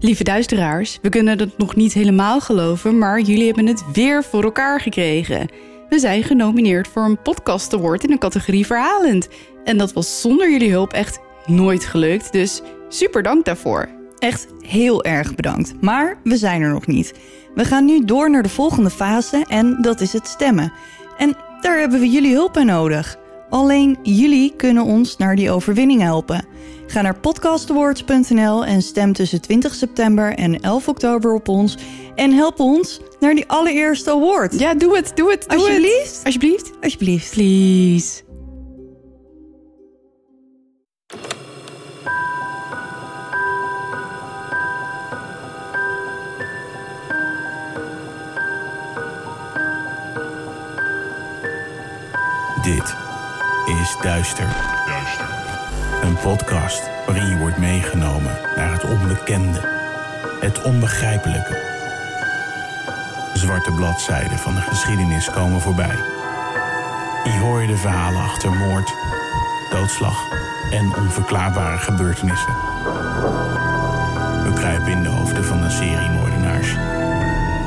Lieve duisteraars, we kunnen dat nog niet helemaal geloven, maar jullie hebben het weer voor elkaar gekregen. We zijn genomineerd voor een podcast award in de categorie verhalend. En dat was zonder jullie hulp echt nooit gelukt, dus super dank daarvoor. Echt heel erg bedankt, maar we zijn er nog niet. We gaan nu door naar de volgende fase en dat is het stemmen. En daar hebben we jullie hulp bij nodig. Alleen jullie kunnen ons naar die overwinning helpen. Ga naar podcastawards.nl en stem tussen 20 september en 11 oktober op ons. En help ons naar die allereerste award. Ja, doe het, doe het, doe Alsjeblieft. het. Alsjeblieft. Alsjeblieft. Please. Dit is Duister. Een podcast waarin je wordt meegenomen naar het onbekende, het onbegrijpelijke. Zwarte bladzijden van de geschiedenis komen voorbij. Hier hoor je de verhalen achter moord, doodslag en onverklaarbare gebeurtenissen. We kruipen in de hoofden van een serie moordenaars,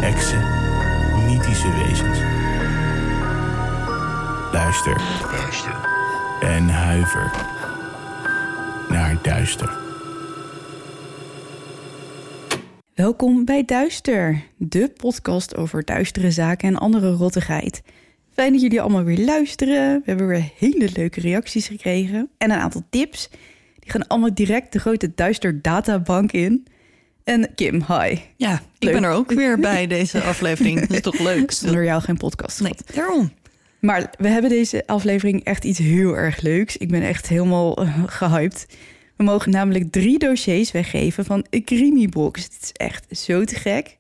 heksen, mythische wezens. Luister. En huiver. Naar duister. Welkom bij Duister, de podcast over duistere zaken en andere rottigheid. Fijn dat jullie allemaal weer luisteren. We hebben weer hele leuke reacties gekregen en een aantal tips. Die gaan allemaal direct de grote Duister databank in. En Kim, hi. Ja, ik Leuk. ben er ook weer bij deze aflevering. Dat is toch leuk? Zonder jou geen podcast. Nee, schat. daarom. Maar we hebben deze aflevering echt iets heel erg leuks. Ik ben echt helemaal eh, gehyped. We mogen namelijk drie dossiers weggeven van een Creamybox. Dit is echt zo te gek.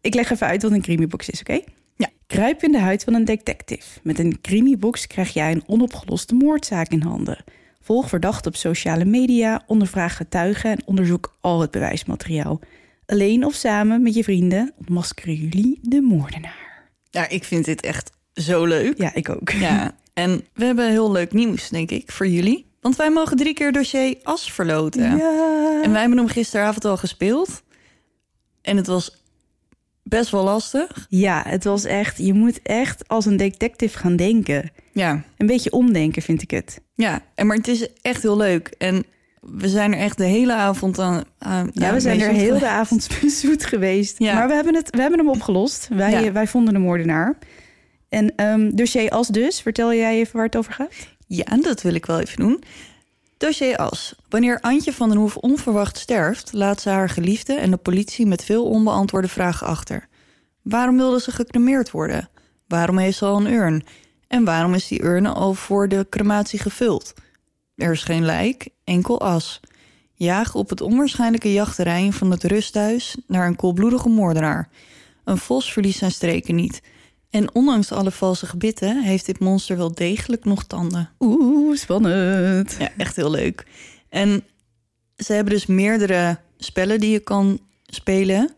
Ik leg even uit wat een Creamybox is, oké? Ja. Kruip in de huid van een detective. Met een Creamybox krijg jij een onopgeloste moordzaak in handen. Volg verdacht op sociale media, ondervraag getuigen en onderzoek al het bewijsmateriaal. Alleen of samen met je vrienden ontmaskeren jullie de moordenaar. Ja, ik vind dit echt zo leuk. Ja, ik ook. Ja, en we hebben heel leuk nieuws, denk ik, voor jullie. Want wij mogen drie keer dossier as verloten. Ja. En wij hebben hem gisteravond al gespeeld. En het was best wel lastig. Ja, het was echt. Je moet echt als een detective gaan denken. Ja. Een beetje omdenken, vind ik het. Ja, en maar het is echt heel leuk. En we zijn er echt de hele avond aan. aan Ja, aan we zijn er bezig. heel de avond zoet geweest. Ja. Maar we hebben, het, we hebben hem opgelost. Wij, Ja. eh, wij vonden de moordenaar. En ehm dossier als dus, vertel jij even waar het over gaat? Ja, dat wil ik wel even doen. Dossier As. Wanneer Antje van den Hoef onverwacht sterft, laat ze haar geliefde en de politie met veel onbeantwoorde vragen achter. Waarom wilde ze gecremeerd worden? Waarom heeft ze al een urn? En waarom is die urn al voor de crematie gevuld? Er is geen lijk, enkel as. Jaag op het onwaarschijnlijke jachtterrein van het rusthuis naar een koelbloedige moordenaar. Een vos verliest zijn streken niet. En ondanks alle valse gebitten heeft dit monster wel degelijk nog tanden. Oeh, spannend. Ja, echt heel leuk. En ze hebben dus meerdere spellen die je kan spelen.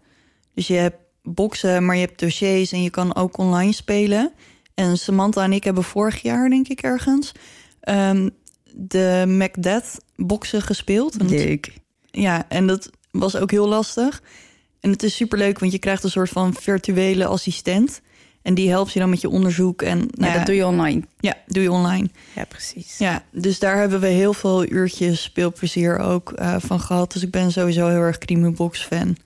Dus je hebt boksen, maar je hebt dossiers en je kan ook online spelen. En Samantha en ik hebben vorig jaar, denk ik ergens, ehm, de Macbeth boksen gespeeld. En dat- Leuk. ja, en dat was ook heel lastig. En het is superleuk, want je krijgt een soort van virtuele assistent. En die helpt je dan met je onderzoek. En nou Ja, ja, dat doe je online. ja, doe je online. Ja, precies. Ja, dus daar hebben we heel veel uurtjes speelplezier ook eh, van gehad. Dus ik ben sowieso heel erg Box fan.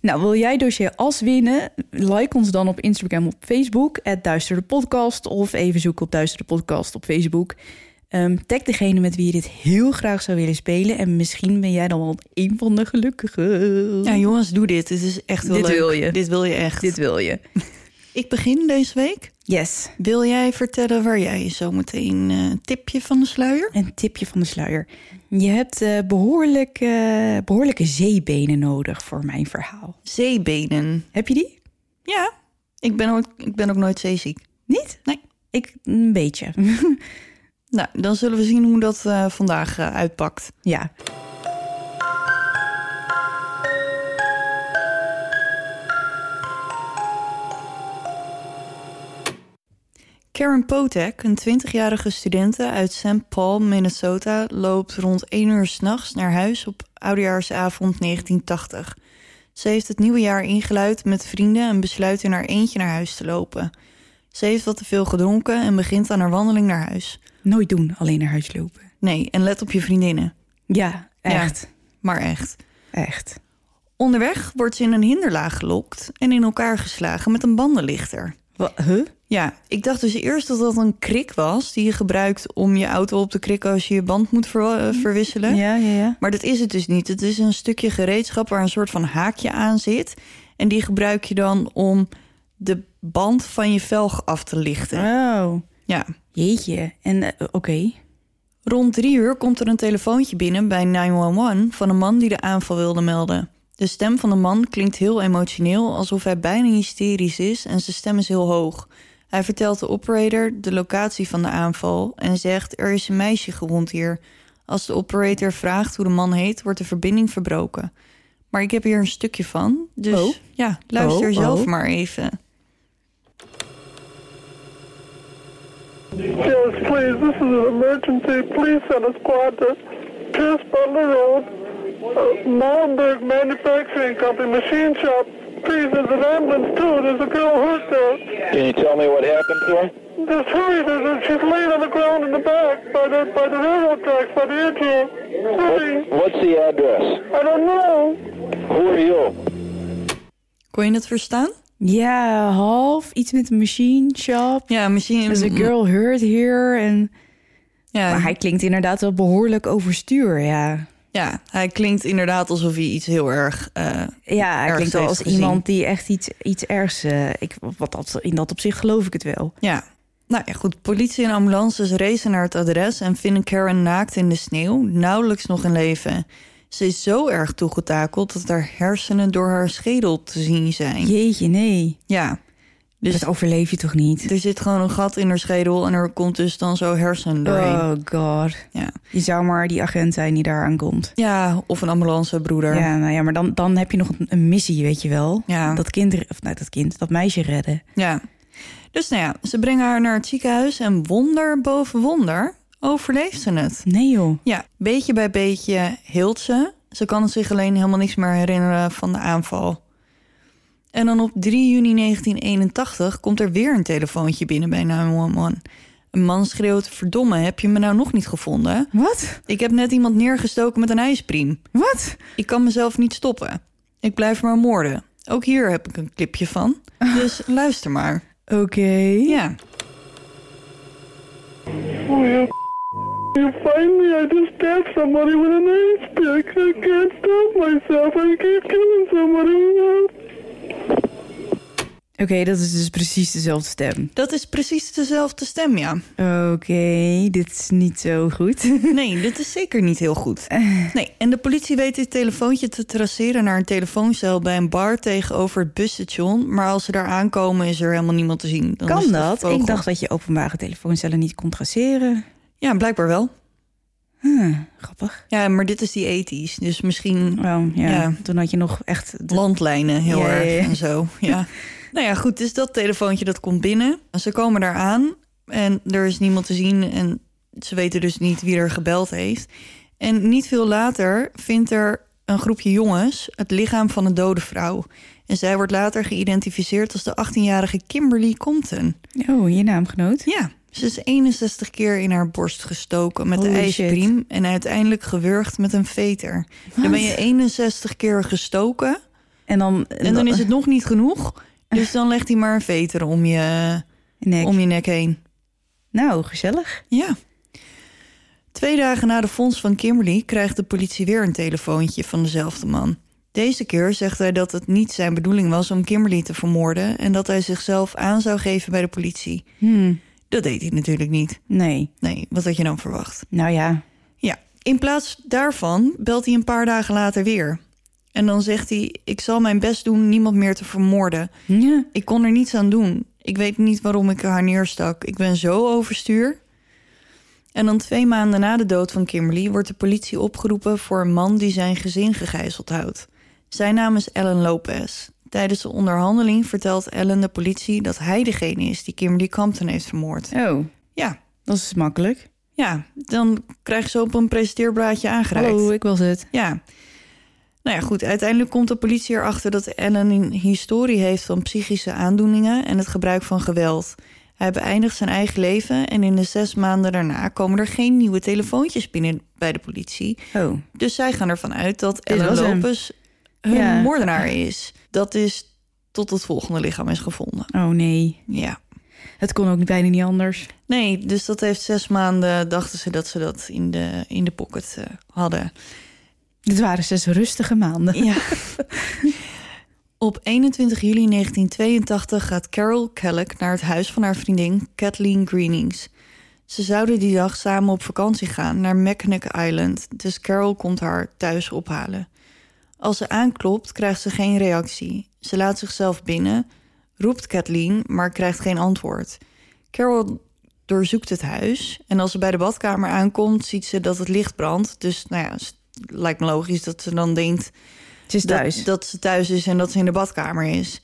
Nou, wil jij dossier als winnen? Like ons dan op Instagram of Facebook, at Duister de Podcast. Of even zoeken op Duister de Podcast op Facebook. Ehm, tag degene met wie je dit heel graag zou willen spelen. En misschien ben jij dan wel een van de gelukkigen. Ja, jongens, doe dit. Dit is echt heel Dit leuk. wil je. Dit wil je echt. Dit wil je. Ik begin deze week. Yes. Wil jij vertellen waar jij zometeen eh tipje van de sluier? Een tipje van de sluier. Je hebt eh, behoorlijk, eh, behoorlijke zeebenen nodig voor mijn verhaal. Zeebenen. Heb je die? Ja, ik ben, ook, ik ben ook nooit zeeziek. Niet? Nee. Ik een beetje. Nou, dan zullen we zien hoe dat eh, vandaag eh, uitpakt. ja. Karen Potek, een 20-jarige studente uit St. Paul, Minnesota, loopt rond 1 uur s'nachts naar huis op oudejaarsavond 1980. Ze heeft het nieuwe jaar ingeluid met vrienden en besluit in haar eentje naar huis te lopen. Ze heeft wat te veel gedronken en begint aan haar wandeling naar huis. Nooit doen, alleen naar huis lopen. Nee, en let op je vriendinnen. Ja, echt. Maar echt. Echt. Onderweg wordt ze in een hinderlaag gelokt en in elkaar geslagen met een bandenlichter. Wa- huh? Ja, ik dacht dus eerst dat dat een krik was die je gebruikt om je auto op te krikken als je je band moet ver- eh, verwisselen. Ja, ja, ja. Maar dat is het dus niet. Het is een stukje gereedschap waar een soort van haakje aan zit. En die gebruik je dan om de band van je velg af te lichten. Oh. Ja. Jeetje. En eh, oké. Rond drie uur komt er een telefoontje binnen bij 911 van een man die de aanval wilde melden. De stem van de man klinkt heel emotioneel, alsof hij bijna hysterisch is en zijn stem is heel hoog. Hij vertelt de operator de locatie van de aanval en zegt: Er is een meisje gewond hier. Als de operator vraagt hoe de man heet, wordt de verbinding verbroken. Maar ik heb hier een stukje van, dus Oh. ja, luister Oh, zelf oh. maar even. Yes, please, this is an emergency. Please send a squad to Pierce Butler Road, uh, Malmberg Manufacturing Company, Machine Shop. Please, there's an ambulance too. There's a girl hurt there. Can you tell me what happened to her? Just hurry, there's a, she's laying on the ground in the back by the, by the railroad tracks, by the engine. Hurry, What's the address? I don't know. Who are you? Kon je het verstaan? Ja, half. Iets met een machine shop. Ja, misschien. There's a girl hurt here. En... Ja, Dus Maar hij klinkt inderdaad wel behoorlijk overstuur, ja. Ja, hij klinkt inderdaad alsof hij iets heel erg. eh, Ja, hij Ergens klinkt wel heeft als gezien. iemand die echt iets, iets ergs... eh, ik, wat dat, in dat opzicht geloof ik het wel. ja. Nou ja, goed. Politie en ambulances racen naar het adres en vinden Karen naakt in de sneeuw, nauwelijks nog in leven. Ze is zo erg toegetakeld dat haar hersenen door haar schedel te zien zijn. Jeetje, nee. Ja. Dus Dat overleef je toch niet? er zit gewoon een gat in haar schedel en er komt dus dan zo hersen doorheen. Oh god. Ja. Je zou maar die agent zijn die daar aankomt. ja, of een ambulancebroeder. Ja. Ja, nou ja, maar dan, dan heb je nog een, een missie, weet je wel. Ja. Dat kind, re- of nou, dat kind, dat meisje redden. Dus nou ja, ze brengen haar naar het ziekenhuis en wonder boven wonder overleeft ze het. Nee joh. Ja, beetje bij beetje hield ze. Ze kan zich alleen helemaal niks meer herinneren van de aanval. En dan op 3 juni 1981 komt er weer een telefoontje binnen bij 911. Een man schreeuwt, verdomme, heb je me nou nog niet gevonden? Wat? Ik heb net iemand neergestoken met een ijspriem. Wat? Ik kan mezelf niet stoppen. Ik blijf maar moorden. Ook hier heb ik een clipje van. Dus luister maar. Oké. Ja, Oh, you, you finally, I just stabbed somebody with an ice pick. I can't stop myself. I keep killing somebody. Oké, dat is dus precies dezelfde stem. dat is precies dezelfde stem, ja. Oké, dit is niet zo goed. Nee, dit is zeker niet heel goed. Eh. Nee, en de politie weet dit telefoontje te traceren naar een telefooncel bij een bar tegenover het busstation. Maar als ze daar aankomen, is er helemaal niemand te zien. Dan is kan het dat? vogel. Ik dacht dat je openbare telefooncellen niet kon traceren. Ja, blijkbaar wel. Huh, grappig. Ja, maar dit is die ethisch. Dus misschien Oh, ja. Ja. Toen had je nog echt... de- landlijnen heel Ja, ja, erg ja. en zo. Ja. nou ja, goed. Dus dat telefoontje dat komt binnen. Ze komen daar aan en er is niemand te zien. En ze weten dus niet wie er gebeld heeft. En niet veel later vindt er een groepje jongens het lichaam van een dode vrouw. En zij wordt later geïdentificeerd als de 18-jarige Kimberly Compton. Oh, je naamgenoot. Ja, ze is 61 keer in haar borst gestoken met de Holy ijspriem en uiteindelijk gewurgd met een veter. Dan ben je 61 keer gestoken En dan... en dan is het nog niet genoeg. Dus dan legt hij maar een veter om je, Nek. om je nek heen. eh, Nou, gezellig. Ja. Twee dagen na de fonds van Kimberly krijgt de politie weer een telefoontje van dezelfde man. Deze keer zegt hij dat het niet zijn bedoeling was om Kimberly te vermoorden en dat hij zichzelf aan zou geven bij de politie. Dat deed hij natuurlijk niet. Nee. Nee, wat had je dan verwacht? Nou ja. Ja, in plaats daarvan belt hij een paar dagen later weer. En dan zegt hij: Ik zal mijn best doen niemand meer te vermoorden. Ja. Ik kon er niets aan doen. Ik weet niet waarom ik haar neerstak. Ik ben zo overstuur. En dan twee maanden na de dood van Kimberly wordt de politie opgeroepen voor een man die zijn gezin gegijzeld houdt. Zijn naam is Ellen Lopez. Tijdens de onderhandeling vertelt Ellen de politie dat hij degene is die Kimberly Compton heeft vermoord. Oh, Ja, dat is makkelijk. ja, dan krijg je ze op een presenteerblaadje aangereikt. ik was het. Ja, Nou ja, goed. Uiteindelijk komt de politie erachter dat Allen een historie heeft van psychische aandoeningen en het gebruik van geweld. Hij beëindigt zijn eigen leven en in de zes maanden daarna komen er geen nieuwe telefoontjes binnen bij de politie. Oh, Dus zij gaan ervan uit dat Dit Ellen was hem. Lopez hun Ja. moordenaar is. Dat is tot het volgende lichaam is gevonden. oh nee. Ja. Het kon ook bijna niet anders. Nee, dus dat heeft zes maanden, dachten ze dat ze dat in de, in de pocket eh, hadden. Dit waren zes rustige maanden. Ja. Op 21 juli 1982 gaat Carol Kellek naar het huis van haar vriendin Kathleen Greenings. Ze zouden die dag samen op vakantie gaan naar Mackinac Island, dus Carol komt haar thuis ophalen. Als ze aanklopt, krijgt ze geen reactie. Ze laat zichzelf binnen, roept Kathleen, maar krijgt geen antwoord. Carol doorzoekt het huis en als ze bij de badkamer aankomt, ziet ze dat het licht brandt. Dus nou ja, s- lijkt me logisch dat ze dan denkt Het is dat- thuis. Dat, ze thuis is en dat ze in de badkamer is.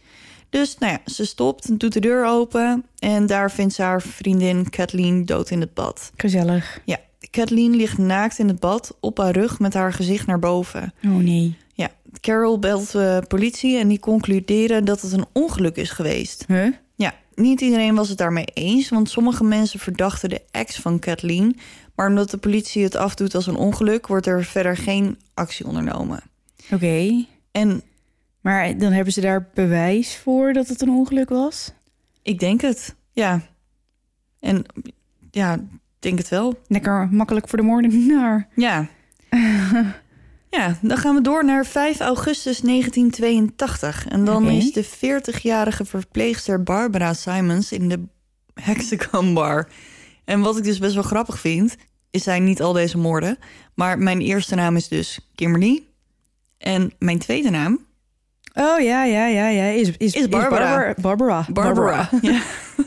Dus nou ja, ze stopt en doet de deur open. En daar vindt ze haar vriendin Kathleen dood in het bad. Gezellig. Ja, Kathleen ligt naakt in het bad op haar rug met haar gezicht naar boven. Oh nee. Ja, Carol belt de politie en die concluderen dat het een ongeluk is geweest. Huh? Ja, niet iedereen was het daarmee eens, want sommige mensen verdachten de ex van Kathleen. Maar omdat de politie het afdoet als een ongeluk, wordt er verder geen actie ondernomen. Oké. En Maar dan hebben ze daar bewijs voor dat het een ongeluk was? Ik denk het, ja. En ja, ik denk het wel. Lekker makkelijk voor de moordenaar. Ja. ja, dan gaan we door naar 5 augustus 1982. En dan Oké. is de 40-jarige verpleegster Barbara Simons in de Hexagon Bar. En wat ik dus best wel grappig vind, is zij niet al deze moorden. Maar mijn eerste naam is dus Kimberly. En mijn tweede naam, Oh ja, ja, ja, ja. Is, is, is Barbara. Barbar- Barbara. Barbara. Ja.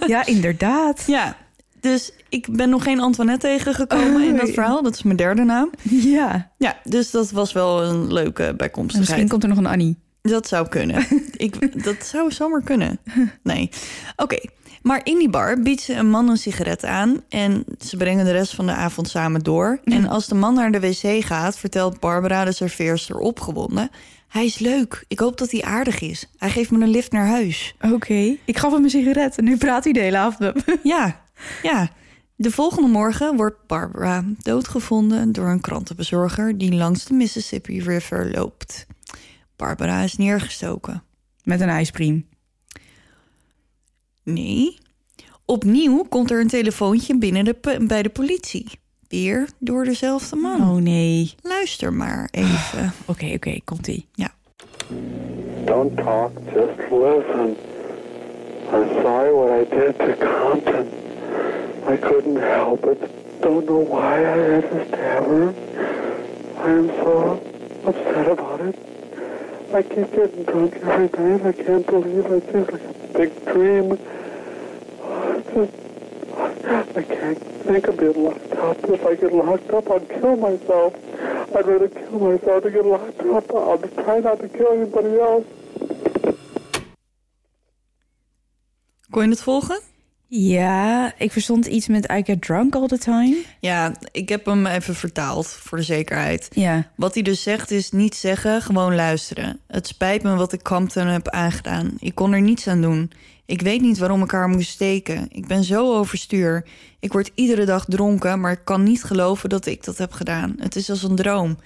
Ja, inderdaad. ja, dus ik ben nog geen Antoinette tegengekomen in dat Oei. verhaal. Dat is mijn derde naam. Ja. Ja, dus dat was wel een leuke En bijkomstigheid. misschien komt er nog een Annie. Dat zou kunnen. Ik, dat zou zomaar kunnen. Nee. Oké. Maar in die bar biedt ze een man een sigaret aan... en ze brengen de rest van de avond samen door. En als de man naar de wc gaat, vertelt Barbara de serveerster opgewonden... Hij is leuk. Ik hoop dat hij aardig is. Hij geeft me een lift naar huis. Oké. Ik gaf hem een sigaret en nu praat hij de hele avond. Ja, ja. De volgende morgen wordt Barbara doodgevonden door een krantenbezorger die langs de Mississippi River loopt. Barbara is neergestoken. Met een ijspriem. Nee. Opnieuw komt er een telefoontje binnen de p- bij de politie. Weer door dezelfde man. Oh nee. Luister maar even. Oké, oké. Komt-ie. Ja. Don't talk, just listen. I'm sorry what I did to Compton. I couldn't help it. Don't know why I had to stab her. I am so upset about it. I keep getting drunk every night. I can't believe it. It's like a big dream. I can't think of being locked up. If I get locked up, I'd kill myself. I'd rather kill myself than get locked up. I'll try not to kill anybody else. Kon je het volgen? Ja, ik verstond iets met I get drunk all the time. Ja, ik heb hem even vertaald voor de zekerheid. Ja. Wat hij dus zegt is niet zeggen, gewoon luisteren. Het spijt me wat ik Compton heb aangedaan. Ik kon er niets aan doen. Ik weet niet waarom ik haar moest steken. Ik ben zo overstuur. Ik word iedere dag dronken, maar ik kan niet geloven dat ik dat heb gedaan. Het is als een droom.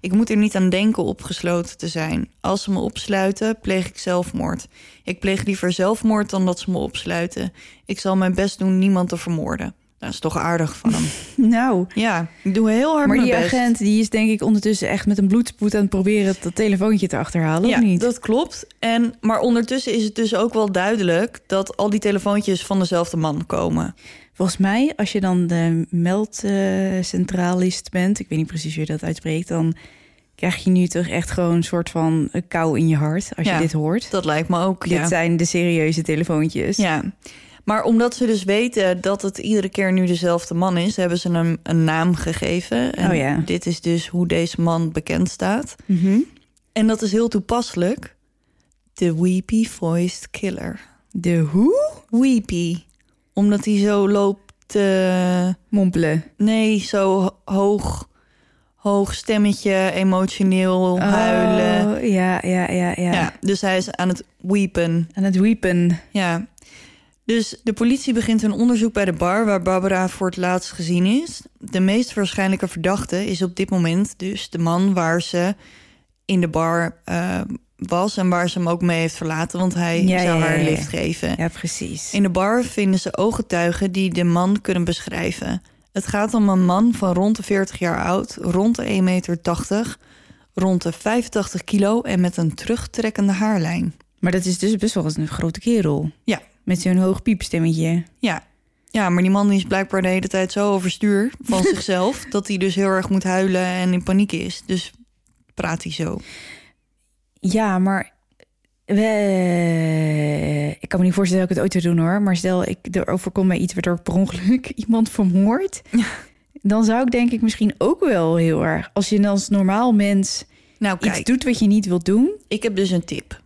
Ik moet er niet aan denken opgesloten te zijn. Als ze me opsluiten, pleeg ik zelfmoord. Ik pleeg liever zelfmoord dan dat ze me opsluiten. Ik zal mijn best doen niemand te vermoorden. Dat is toch aardig van hem. Nou. Ja, ik doe heel hard Maar mijn die best. agent die is denk ik ondertussen echt met een bloedspoed aan het proberen dat telefoontje te achterhalen, ja, of niet? dat klopt. En, maar ondertussen is het dus ook wel duidelijk... dat al die telefoontjes van dezelfde man komen. Volgens mij, als je dan de meldcentralist bent, ik weet niet precies hoe je dat uitspreekt, dan krijg je nu toch echt gewoon een soort van eh, kou in je hart als Ja, je dit hoort. Dat lijkt me ook, Dit ja. zijn de serieuze telefoontjes. ja. Maar omdat ze dus weten dat het iedere keer nu dezelfde man is... hebben ze hem een naam gegeven. En Oh ja. dit is dus hoe deze man bekend staat. Mhm. En dat is heel toepasselijk. De weepy-voiced killer. De hoe? Weepy. Omdat hij zo loopt... eh, Mompelen. Nee, zo ho- hoog, hoog stemmetje, emotioneel, Oh, huilen. Ja, ja, ja, Oh. ja. Ja, dus hij is aan het weepen. Aan het weepen. Ja. Dus de politie begint een onderzoek bij de bar waar Barbara voor het laatst gezien is. De meest waarschijnlijke verdachte is op dit moment dus de man waar ze in de bar eh, was en waar ze hem ook mee heeft verlaten, want hij Ja, zou ja, haar ja, een ja. lift geven. Ja, precies. In de bar vinden ze ooggetuigen die de man kunnen beschrijven. Het gaat om een man van rond de 40 jaar oud, rond de 1,80 meter, rond de 85 kilo en met een terugtrekkende haarlijn. Maar dat is dus best wel eens een grote kerel. Ja, Met zo'n hoog piepstemmetje. ja. Ja, maar die man is blijkbaar de hele tijd zo overstuur van zichzelf... dat hij dus heel erg moet huilen en in paniek is. Dus praat hij zo. Ja, maar we... ik kan me niet voorstellen dat ik het ooit zou doen hoor. Maar stel ik er overkom bij iets waardoor ik per ongeluk iemand vermoord. Dan zou ik denk ik misschien ook wel heel erg. Als je als normaal mens Nou iets kijk, doet wat je niet wilt doen. ik heb dus een tip.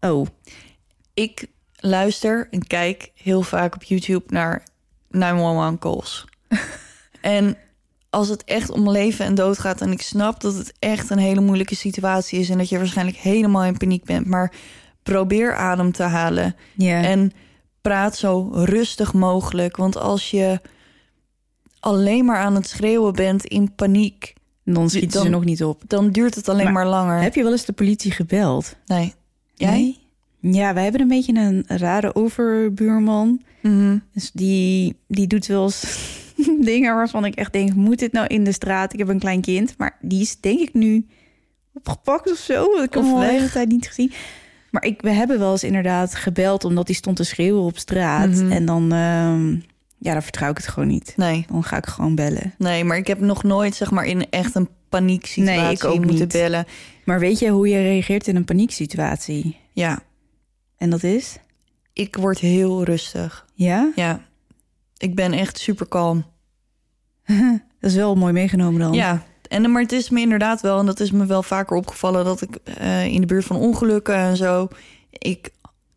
Oh, Ik luister en kijk heel vaak op YouTube naar 911 calls. en als het echt om leven en dood gaat en ik snap dat het echt een hele moeilijke situatie is en dat je waarschijnlijk helemaal in paniek bent, maar probeer adem te halen ja. en praat zo rustig mogelijk, want als je alleen maar aan het schreeuwen bent in paniek, dan schieten ze dan- nog niet op. dan duurt het alleen maar, Maar langer. Heb je wel eens de politie gebeld? Nee. Jij? Nee? Ja, wij hebben een beetje een rare overbuurman. Mhm. Dus die, die doet wel eens dingen waarvan ik echt denk... moet dit nou in de straat? Ik heb een klein kind. Maar die is denk ik nu opgepakt of zo. want Ik heb Of hem al de hele weg. tijd niet gezien. Maar ik, we hebben wel eens inderdaad gebeld... omdat die stond te schreeuwen op straat. Mhm. En dan, ehm, ja, dan vertrouw ik het gewoon niet. Nee. Dan ga ik gewoon bellen. Nee, maar ik heb nog nooit zeg maar in echt een paniek situatie Nee, ik ook moeten niet. bellen. Maar weet je hoe je reageert in een panieksituatie? Ja, En dat is? ik word heel rustig. Ja? Ja, ik ben echt super kalm. Dat is wel mooi meegenomen dan. Ja, en maar het is me inderdaad wel en dat is me wel vaker opgevallen dat ik eh, in de buurt van ongelukken en zo ik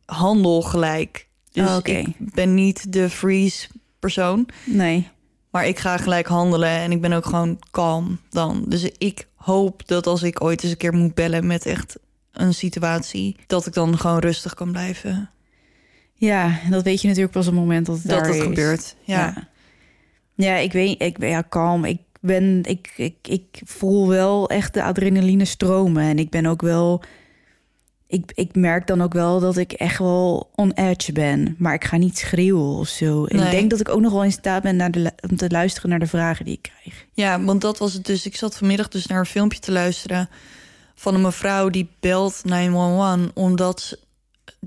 handel gelijk. Dus Oké. ik ben niet de freeze persoon, Nee. maar ik ga gelijk handelen en ik ben ook gewoon kalm dan. Dus ik hoop dat als ik ooit eens een keer moet bellen met echt een situatie, dat ik dan gewoon rustig kan blijven. Ja, en dat weet je natuurlijk pas op het moment dat het dat daar dat is. gebeurt. Ja. ja. Ja. Ja, ik weet, ik ben ja, kalm. Ik ben, ik, ik, ik voel wel echt de adrenaline stromen. En ik ben ook wel, ik, ik merk dan ook wel dat ik echt wel on edge ben. Maar ik ga niet schreeuwen of zo. En Nee. Ik denk dat ik ook nog wel in staat ben naar de, lu- om te luisteren naar de vragen die ik krijg. want dat was het dus. Ik zat vanmiddag dus naar een filmpje te luisteren van een mevrouw die belt 911 omdat ze-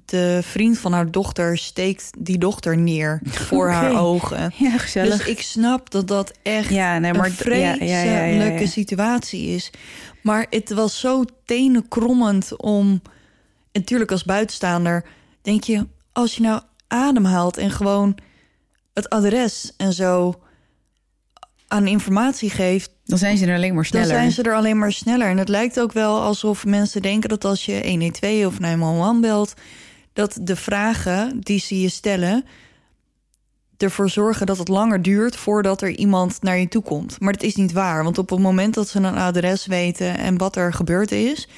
de vriend van haar dochter steekt die dochter neer voor Oké. haar ogen. Ja, gezellig. Dus ik snap dat dat echt Ja, nee, maar een d- ja, ja, vreselijke ja, ja, ja. situatie is. Maar het was zo tenenkrommend om... en Natuurlijk als buitenstaander denk je... als je nou ademhaalt en gewoon het adres en zo aan informatie geeft... dan zijn ze er alleen maar dan sneller. zijn ze er alleen maar sneller. En het lijkt ook wel alsof mensen denken dat als je 112 of 911 belt... dat de vragen die ze je stellen ervoor zorgen dat het langer duurt voordat er iemand naar je toe komt. Maar dat is niet waar, want op het moment dat ze een adres weten en wat er gebeurd is,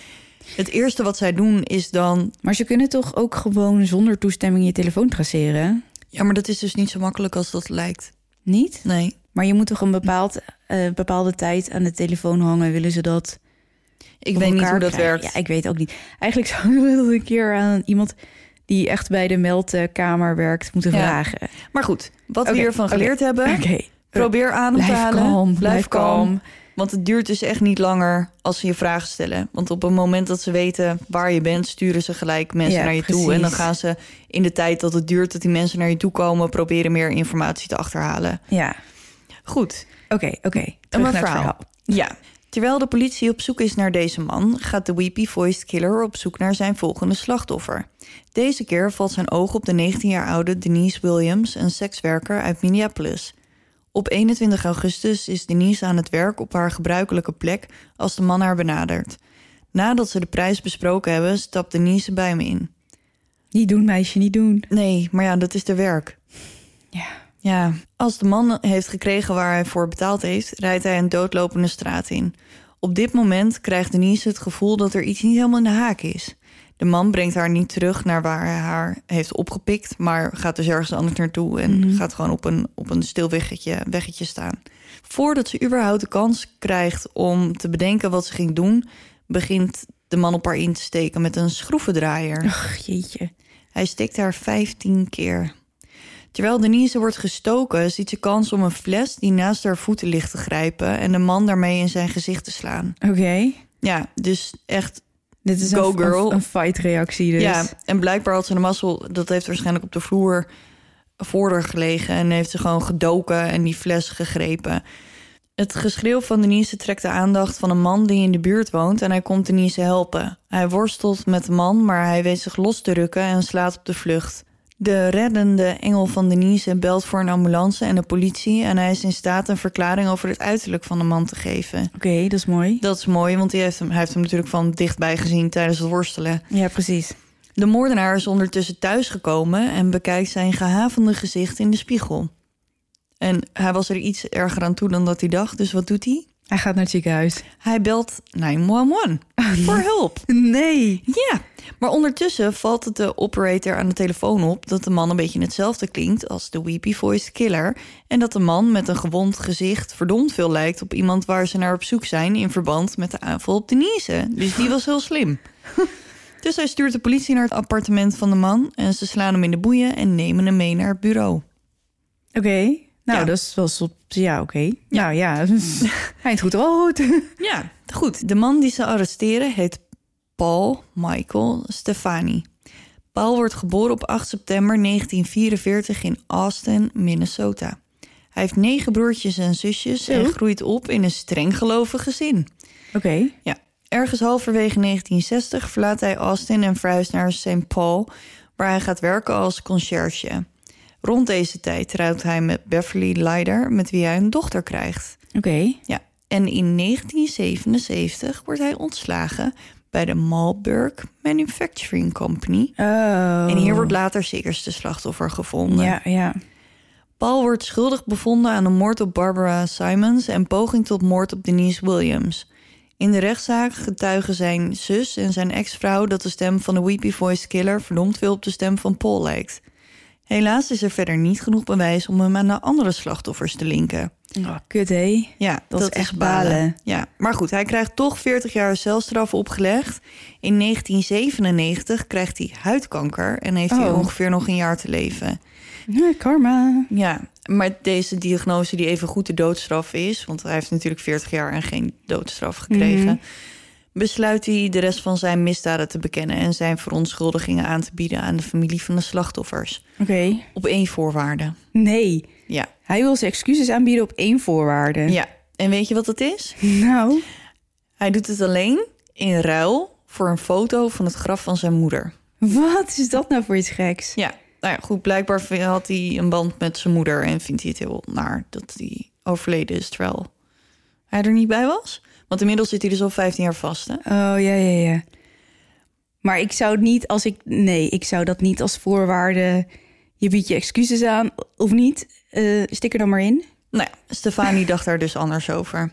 het eerste wat zij doen is dan, Maar ze kunnen toch ook gewoon zonder toestemming je telefoon traceren? ja, maar dat is dus niet zo makkelijk als dat lijkt. Niet? Nee. Maar je moet toch een bepaald, eh, bepaalde tijd aan de telefoon hangen? Willen ze dat? Ik op weet niet elkaar hoe dat krijgen? werkt. Ja, ik weet ook niet. Eigenlijk zouden we dat een keer aan iemand die echt bij de meldkamer werkt moeten Ja. vragen. Maar goed, wat Oké, we hiervan oké, geleerd hebben, Oké. probeer adem te Blijf halen. kalm, blijf kalm. Want het duurt dus echt niet langer als ze je vragen stellen. Want op het moment dat ze weten waar je bent, sturen ze gelijk mensen Ja, naar je toe. precies. En dan gaan ze in de tijd dat het duurt dat die mensen naar je toe komen, proberen meer informatie te achterhalen. Ja. Goed, Oké, oké. een Terug naar het verhaal. verhaal. Ja. Terwijl de politie op zoek is naar deze man, gaat de Weepy Voiced Killer op zoek naar zijn volgende slachtoffer. Deze keer valt zijn oog op de 19 jaar oude Denise Williams, een sekswerker uit Minneapolis. Op 21 augustus is Denise aan het werk op haar gebruikelijke plek als de man haar benadert. Nadat ze de prijs besproken hebben, stapt Denise bij hem in. Niet doen, meisje, niet doen. Nee, maar ja, dat is de werk. Ja. Ja, als de man heeft gekregen waar hij voor betaald heeft, rijdt hij een doodlopende straat in. Op dit moment krijgt Denise het gevoel dat er iets niet helemaal in de haak is. De man brengt haar niet terug naar waar hij haar heeft opgepikt, maar gaat dus ergens anders naartoe en gaat gewoon op een, op een stil weggetje, weggetje staan. Voordat ze überhaupt de kans krijgt om te bedenken wat ze ging doen, begint de man op haar in te steken met een schroevendraaier. Ach, jeetje. Hij steekt haar 15 keer. Terwijl Denise wordt gestoken, ziet ze kans om een fles die naast haar voeten ligt te grijpen en de man daarmee in zijn gezicht te slaan. Oké. Ja, dus echt. Dit is Go een, een- girl. een fight reactie dus. Ja, en blijkbaar had ze de mazzel, dat heeft waarschijnlijk op de vloer voor haar gelegen en heeft ze gewoon gedoken en die fles gegrepen. Het geschreeuw van Denise trekt de aandacht van een man die in de buurt woont en hij komt Denise helpen. Hij worstelt met de man, maar hij weet zich los te rukken en slaat op de vlucht. De reddende engel van Denise belt voor een ambulance en de politie en hij is in staat een verklaring over het uiterlijk van de man te geven. Oké, dat is mooi. Dat is mooi, want die heeft hem, hij heeft hem natuurlijk van dichtbij gezien tijdens het worstelen. Ja, precies. De moordenaar is ondertussen thuisgekomen en bekijkt zijn gehavende gezicht in de spiegel. En hij was er iets erger aan toe dan dat hij dacht, dus wat doet hij? Hij gaat naar het ziekenhuis. Hij belt 911 voor hulp. Nee. Ja, maar ondertussen valt het de operator aan de telefoon op dat de man een beetje hetzelfde klinkt als de Weepy Voiced Killer. En dat de man met een gewond gezicht verdomd veel lijkt op iemand waar ze naar op zoek zijn in verband met de aanval op Denise. Dus die was heel slim. Dus hij stuurt de politie naar het appartement van de man en ze slaan hem in de boeien en nemen hem mee naar het bureau. Oké. Nou, Ja. dat is wel op... Ja, oké. Nou ja, hij is goed rood. Ja, goed. De man die ze arresteren heet Paul Michael Stefani. Paul wordt geboren op 8 september 1944 in Austin, Minnesota. Hij heeft negen broertjes en zusjes en groeit op in een streng gelovig gezin. Oké. Ja, ergens halverwege 1960 verlaat hij Austin en verhuist naar St. Paul, waar hij gaat werken als conciërge. Rond deze tijd trouwt hij met Beverly Leider, met wie hij een dochter krijgt. Oké. Ja, en in 1977 wordt hij ontslagen bij de Malburg Manufacturing Company. Oh. En hier wordt later zijn eerste slachtoffer gevonden. Ja, ja. Paul wordt schuldig bevonden aan de moord op Barbara Simons en poging tot moord op Denise Williams. In de rechtszaak getuigen zijn zus en zijn ex-vrouw dat de stem van de Weepy Voice Killer verdomd veel op de stem van Paul lijkt. Helaas is er verder niet genoeg bewijs om hem aan de andere slachtoffers te linken. Oh, kut, hé. Ja, dat, is echt balen. Ja, maar goed, hij krijgt toch 40 jaar celstraf opgelegd. In 1997 krijgt hij huidkanker en heeft hij Oh. ongeveer nog een jaar te leven. Ja, karma. Ja, maar deze diagnose die even goed de doodstraf is, want hij heeft natuurlijk 40 jaar en geen doodstraf gekregen, besluit hij de rest van zijn misdaden te bekennen en zijn verontschuldigingen aan te bieden aan de familie van de slachtoffers. Oké. Op één voorwaarde. Nee. Ja, Hij wil zijn excuses aanbieden op één voorwaarde. ja. En weet je wat dat is? Nou. Hij doet het alleen in ruil voor een foto van het graf van zijn moeder. Wat is dat nou voor iets geks? Ja, nou ja, goed, blijkbaar v- had hij een band met zijn moeder en vindt hij het heel naar dat hij overleden is terwijl hij er niet bij was. Want inmiddels zit hij dus al 15 jaar vast. Hè? Oh, ja, ja, ja. Maar ik zou het niet als ik... Nee, ik zou dat niet als voorwaarde... Je biedt je excuses aan, of niet. Eh, stik er dan maar in. Oké. Nou ja, Stefanie dacht daar dus anders over.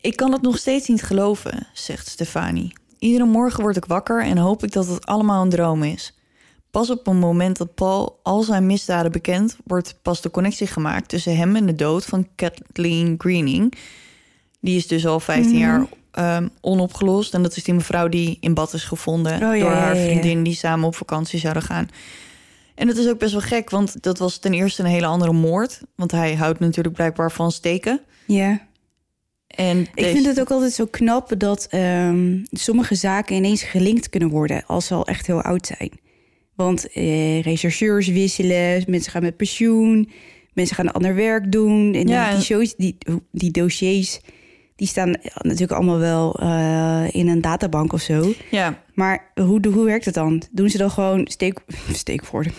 Ik kan het nog steeds niet geloven, zegt Stefanie. Iedere morgen word ik wakker en hoop ik dat het allemaal een droom is. Pas op het moment dat Paul al zijn misdaden bekent, wordt pas de connectie gemaakt tussen hem en de dood van Kathleen Greening. Die is dus al 15 Mhm. jaar ehm, onopgelost. En dat is die mevrouw die in bad is gevonden Oh, ja, door haar ja, ja, ja. vriendin die samen op vakantie zouden gaan. En dat is ook best wel gek, want dat was ten eerste een hele andere moord. Want hij houdt natuurlijk blijkbaar van steken. Ja. En Ik vind het ook altijd zo knap dat ehm, sommige zaken ineens gelinkt kunnen worden als ze al echt heel oud zijn. Want eh, rechercheurs wisselen, mensen gaan met pensioen, mensen gaan een ander werk doen. En Ja, en- die, shows, die, die dossiers, die staan natuurlijk allemaal wel eh, in een databank of zo. Ja, Maar hoe, hoe werkt het dan? Doen ze dan gewoon steek, steekwoorden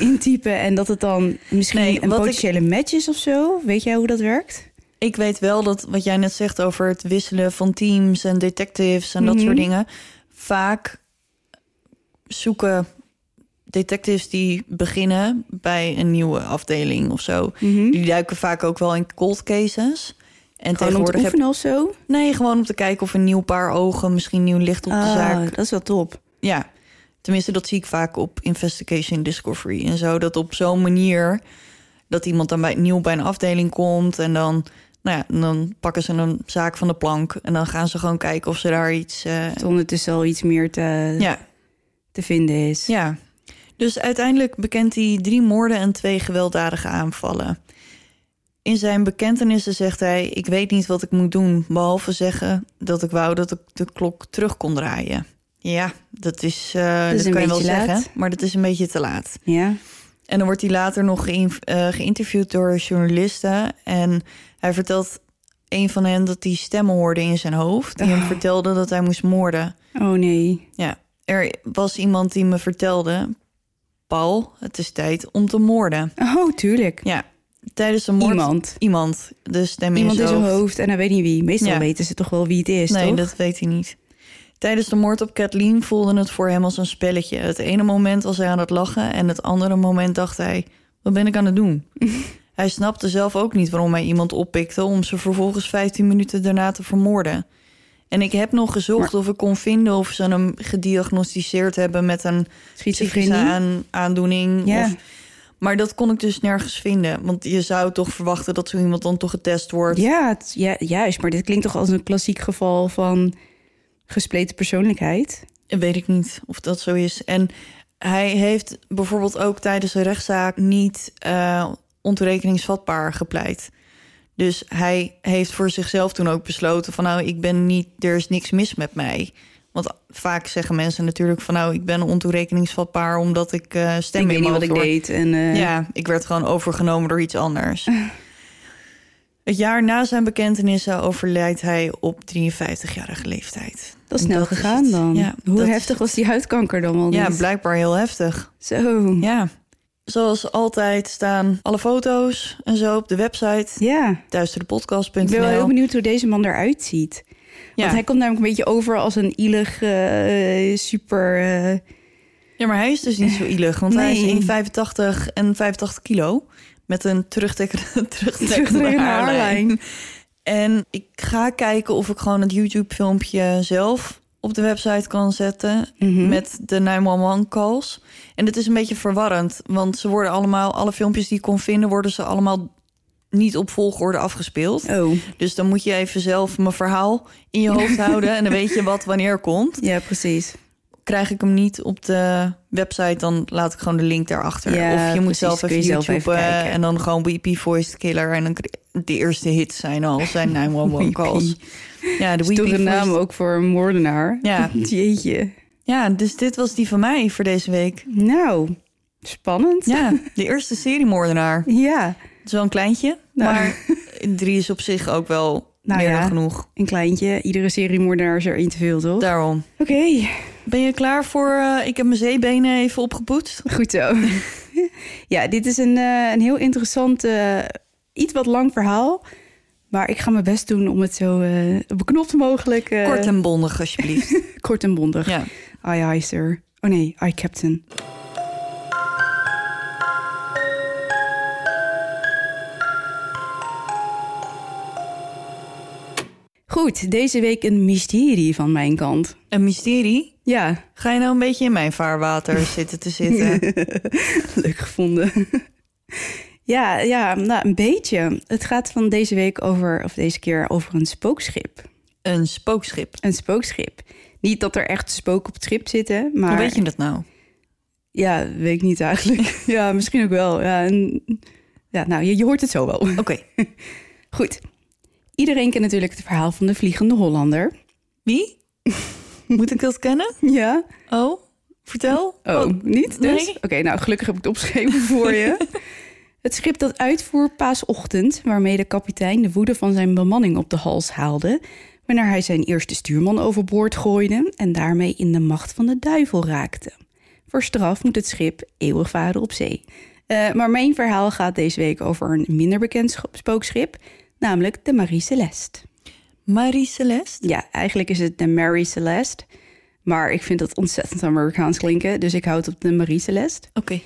intypen en dat het dan misschien Nee, een wat ik- potentiële match is of zo? Weet jij hoe dat werkt? ik weet wel dat wat jij net zegt over het wisselen van teams en detectives en dat soort Mhm. dingen. Vaak zoeken detectives die beginnen Mhm. bij een nieuwe afdeling of zo. Die duiken vaak ook wel in cold cases. Gewoon om En te tegenwoordig heb oefenen of zo? Nee, gewoon om te kijken of een nieuw paar ogen, misschien nieuw licht op de Ah, zaak. dat is wel top. Ja, tenminste, dat zie ik vaak op Investigation Discovery en zo. Dat op zo'n manier dat iemand dan bij, nieuw bij een afdeling komt en dan, nou ja, dan pakken ze een zaak van de plank en dan gaan ze gewoon kijken of ze daar iets. eh, Dat ondertussen al iets meer te, ja, te vinden is. ja. Dus uiteindelijk bekent hij drie moorden en twee gewelddadige aanvallen. In zijn bekentenissen zegt hij: Ik weet niet wat ik moet doen, behalve zeggen dat ik wou dat ik de klok terug kon draaien. Ja, dat is, eh, dat, is een kan je wel beetje laat. zeggen, maar dat is een beetje te laat. Ja. En dan wordt hij later nog geïn- eh, geïnterviewd door journalisten. En hij vertelt een van hen dat hij stemmen hoorde in zijn hoofd. Die hem vertelde dat hij moest moorden. Oh nee. Ja, er was iemand die me vertelde... Paul, het is tijd om te moorden. Oh, tuurlijk. Ja, tijdens een moord... Iemand. Iemand, Dus de stem in Iemand in zijn zijn hoofd. hoofd en hij weet niet wie. Meestal Ja. weten ze toch wel wie het is, Nee, toch? dat weet hij niet. Tijdens de moord op Kathleen voelde het voor hem als een spelletje. Het ene moment was hij aan het lachen en het andere moment dacht hij... wat ben ik aan het doen? hij snapte zelf ook niet waarom hij iemand oppikte... om ze vervolgens 15 minuten daarna te vermoorden. En ik heb nog gezocht of ik kon vinden of ze hem gediagnosticeerd hebben... met een Schizofrenie? psychische aan- aandoening. Ja. Of, maar dat kon ik dus nergens vinden. Want je zou toch verwachten dat zo iemand dan toch getest wordt. Ja, het- ja, juist. Maar dit klinkt toch als een klassiek geval van gespleten persoonlijkheid. Weet ik niet of dat zo is. En hij heeft bijvoorbeeld ook tijdens een rechtszaak niet eh, ontoerekeningsvatbaar gepleit. Dus hij heeft voor zichzelf toen ook besloten van nou, ik ben niet, er is niks mis met mij. Want vaak zeggen mensen natuurlijk van nou, ik ben ontoerekeningsvatbaar omdat ik eh stem ik weet in niet wat mijn hoofd ik hoor. deed. En, eh, Ja, ik werd gewoon overgenomen door iets anders. Het jaar na zijn bekentenissen overlijdt hij op 53-jarige leeftijd. Dat is En snel is gegaan het. dan. Ja, Hoe dat is heftig het. was die huidkanker dan wel Ja, niet? blijkbaar heel heftig. Zo. Ja. Ja. Zoals altijd staan alle foto's en zo op de website duisterdepodcast.nl. Ik ben wel heel benieuwd hoe deze man eruit ziet. Ja. Want hij komt namelijk een beetje over als een ielig, eh, super... eh, ja, maar hij is dus niet zo ielig, want hij Nee. is 1,85 en 85 kilo. Met een terugtrekkende, terugtrekkende Terugtrekkende haarlijn. haarlijn. En ik ga kijken of ik gewoon het YouTube-filmpje zelf op de website kan zetten. Mhm. Met de 911-calls. En het is een beetje verwarrend, want ze worden allemaal, alle filmpjes die ik kon vinden, worden ze allemaal niet op volgorde afgespeeld. Oh, Dus dan moet je even zelf mijn verhaal in je hoofd houden. En dan weet je wat wanneer komt. ja, precies. Krijg ik hem niet op de website, dan laat ik gewoon de link daarachter. Ja, of je moet precies, zelf kun je even zelf YouTube eh, even kijken. en dan gewoon BP Voice Killer. En dan kri- de eerste hits zijn al zijn 911 calls. Ja, de Stoere Weepy naam Voice. ook voor een moordenaar. Ja. Jeetje. Ja, dus dit was die van mij voor deze week. Nou, spannend. Ja, de eerste seriemoordenaar. Ja, Zo'n kleintje, Nou. maar drie is op zich ook wel Nou meer ja. dan genoeg. een kleintje. Iedere seriemoordenaar is er één te veel, toch? Daarom. Oké, Ben je klaar voor... eh, ik heb mijn zeebenen even opgepoetst. goed zo. ja, dit is een, eh, een heel interessant, eh, iets wat lang verhaal. Maar ik ga mijn best doen om het zo eh, beknopt mogelijk... eh, Kort en bondig, alsjeblieft. kort en bondig. ja. Aye, aye, sir. Oh nee, aye, captain. Goed, deze week een mysterie van mijn kant. Een mysterie. Ja, Ga je nou een beetje in mijn vaarwater zitten te zitten? leuk gevonden. ja, ja nou, een beetje. Het gaat van deze week over, of deze keer over een spookschip. Een spookschip. Een spookschip. Niet dat er echt spook op het schip zitten, maar... Hoe weet je dat nou? Ja, weet ik niet eigenlijk. ja, misschien ook wel. Ja, en, ja nou, je, je hoort het zo wel. Oké. Goed. Iedereen kent natuurlijk het verhaal van de Vliegende Hollander. Wie? Moet ik dat kennen? Ja. Oh, vertel. Oh, niet dus? nee. Oké, nou, gelukkig heb ik het opgeschreven voor je. het schip dat uitvoer paasochtend, waarmee de kapitein de woede van zijn bemanning op de hals haalde, wanneer hij zijn eerste stuurman overboord gooide en daarmee in de macht van de duivel raakte. Voor straf moet het schip eeuwig varen op zee. Eh, maar mijn verhaal gaat deze week over een minder bekend scho- spookschip, namelijk de Marie Celeste. Marie Celeste. Ja, eigenlijk is het de Mary Celeste. Maar ik vind dat ontzettend Amerikaans klinken, dus ik houd het op de Marie Celeste. Oké.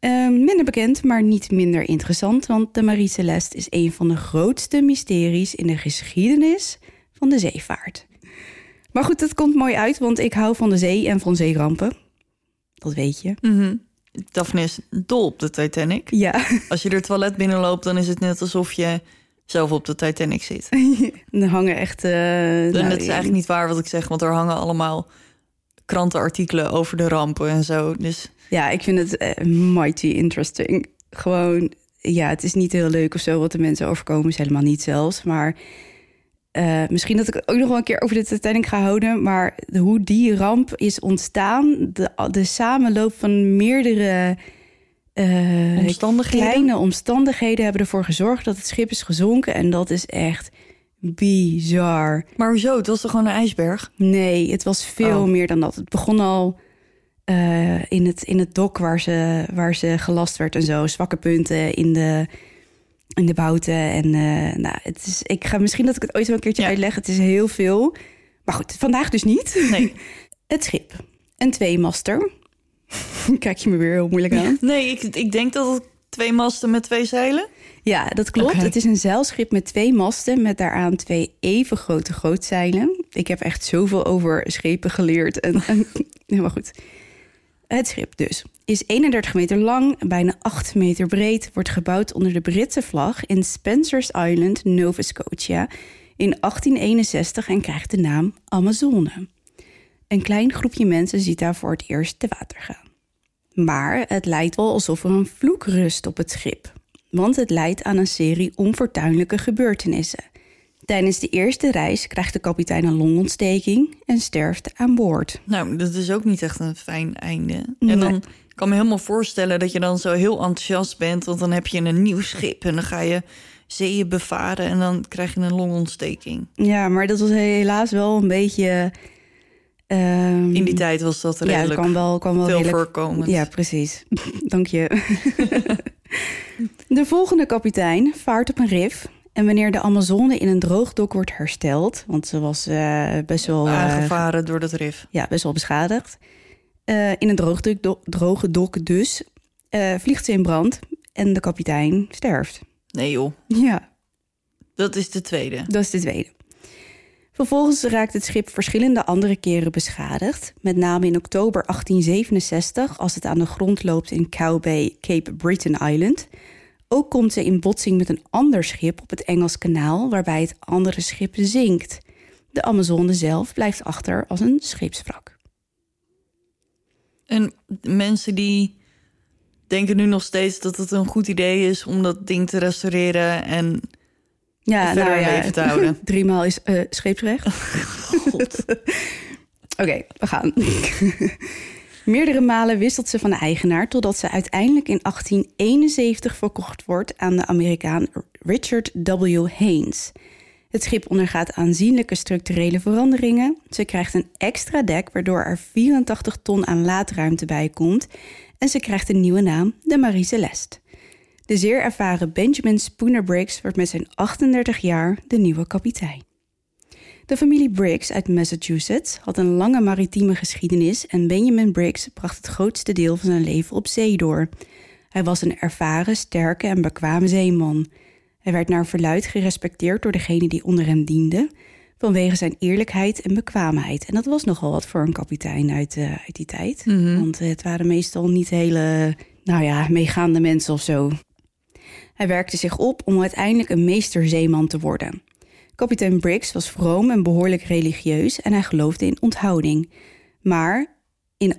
Ehm, minder bekend, maar niet minder interessant, want de Marie Celeste is een van de grootste mysteries in de geschiedenis van de zeevaart. Maar goed, dat komt mooi uit, want ik hou van de zee en van zeerampen. Dat weet je. Hm. Daphne is dol op de Titanic. Ja, Als je er toilet binnenloopt, dan is het net alsof je zelf op de Titanic zit. en er hangen echt. eh nou, en dat is eigenlijk niet waar wat ik zeg, want er hangen allemaal krantenartikelen over de rampen en zo. Dus Ja, ik vind het eh, mighty interesting. Gewoon, ja, het is niet heel leuk of zo wat de mensen overkomen, is helemaal niet zelfs. Maar eh, misschien dat ik ook nog wel een keer over de Titanic ga houden. Maar de- hoe die ramp is ontstaan, de, de samenloop van meerdere eh, Omstandigheden? kleine omstandigheden hebben ervoor gezorgd dat het schip is gezonken. En dat is echt bizar. Maar hoezo? Het was toch gewoon een ijsberg? Nee, het was veel Oh. meer dan dat. Het begon al eh, in, het, in het dok waar ze, waar ze gelast werd en zo. Zwakke punten in de, in de bouten. En eh, nou, het is, ik ga misschien dat ik het ooit wel een keertje Ja. uitleg. Het is heel veel. Maar goed, vandaag dus niet. Nee. Het schip. Een tweemaster. Kijk je me weer heel moeilijk aan. Nee, ik, ik denk dat het twee masten met twee zeilen. Ja, dat klopt. Oké. Het is een zeilschip met twee masten met daaraan twee even grote grootzeilen. Ik heb echt zoveel over schepen geleerd. En, en, helemaal goed. Het schip dus is 31 meter lang, bijna 8 meter breed, wordt gebouwd onder de Britse vlag in Spencer's Island, Nova Scotia in 1861 en krijgt de naam Amazone. Een klein groepje mensen ziet daar voor het eerst te water gaan. Maar het lijkt wel alsof er een vloek rust op het schip. Want het leidt aan een serie onfortuinlijke gebeurtenissen. Tijdens de eerste reis krijgt de kapitein een longontsteking en sterft aan boord. Nou, dat is ook niet echt een fijn einde. En dan ik kan me helemaal voorstellen dat je dan zo heel enthousiast bent... want dan heb je een nieuw schip en dan ga je zeeën bevaren... en dan krijg je een longontsteking. Ja, maar dat was helaas wel een beetje. ehm, In die tijd was dat ja, redelijk. het kwam wel, kwam wel veel redelijk- voorkomend. Ja, precies. Dank je. de volgende kapitein vaart op een rif. En wanneer de Amazone in een droogdok wordt hersteld, want ze was eh, best wel eh, aangevaren door dat rif. ja, best wel beschadigd. Eh, in een droogduk- do- droge dok dus. eh, vliegt ze in brand en de kapitein sterft. Nee joh, Ja, dat is de tweede. dat is de tweede. Vervolgens raakt het schip verschillende andere keren beschadigd. Met name in oktober 1867 als het aan de grond loopt in Cow Bay, Cape Breton Island. Ook komt ze in botsing met een ander schip op het Engels kanaal waarbij het andere schip zinkt. De Amazone zelf blijft achter als een scheepswrak. En mensen die denken nu nog steeds dat het een goed idee is... om dat ding te restaureren en Ja, verder in leven te houden. Driemaal is eh, scheepsrecht. Oké, we gaan. Meerdere malen wisselt ze van de eigenaar totdat ze uiteindelijk in 1871 verkocht wordt aan de Amerikaan Richard W. Haynes. Het schip ondergaat aanzienlijke structurele veranderingen. Ze krijgt een extra dek waardoor er 84 ton aan laadruimte bij komt. En ze krijgt een nieuwe naam, de Marie Celeste. De zeer ervaren Benjamin Spooner Briggs wordt met zijn 38 jaar de nieuwe kapitein. De familie Briggs uit Massachusetts had een lange maritieme geschiedenis en Benjamin Briggs bracht het grootste deel van zijn leven op zee door. Hij was een ervaren, sterke en bekwame zeeman. Hij werd naar verluid gerespecteerd door degenen die onder hem dienden, vanwege zijn eerlijkheid en bekwaamheid. En dat was nogal wat voor een kapitein uit, eh, uit die tijd, want het waren meestal niet hele, nou ja, meegaande mensen of zo. Hij werkte zich op om uiteindelijk een meesterzeeman te worden. Kapitein Briggs was vroom en behoorlijk religieus en hij geloofde in onthouding. Maar in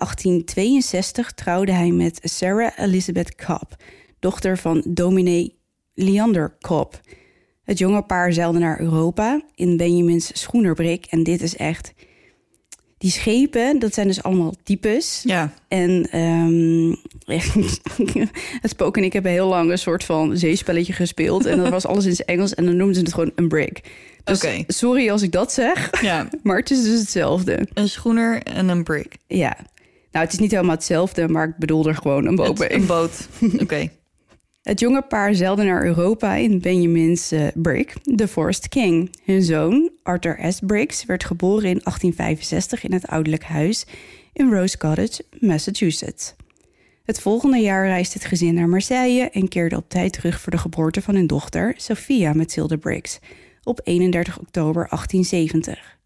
1862 trouwde hij met Sarah Elizabeth Cobb, dochter van dominee Leander Cobb. Het jonge paar zeilde naar Europa in Benjamin's schoenerbrik en dit is echt... Die schepen, dat zijn dus allemaal types. Ja, En ehm, het spook en ik hebben heel lang een soort van zeespelletje gespeeld. En dat was alles in het Engels en dan noemden ze het gewoon een break. Dus Oké. sorry als ik dat zeg, ja. maar het is dus hetzelfde. Een schoener en een brick. Ja. Nou, het is niet helemaal hetzelfde, maar ik bedoel er gewoon een boot Het- mee. Een boot. Oké. Het jonge paar zeilde naar Europa in Benjamin's eh Brig, de Forest King. Hun zoon, Arthur S. Briggs, werd geboren in 1865 in het ouderlijk huis in Rose Cottage, Massachusetts. Het volgende jaar reist het gezin naar Marseille en keerde op tijd terug voor de geboorte van hun dochter, Sophia Mathilde Briggs, op 31 oktober 1870.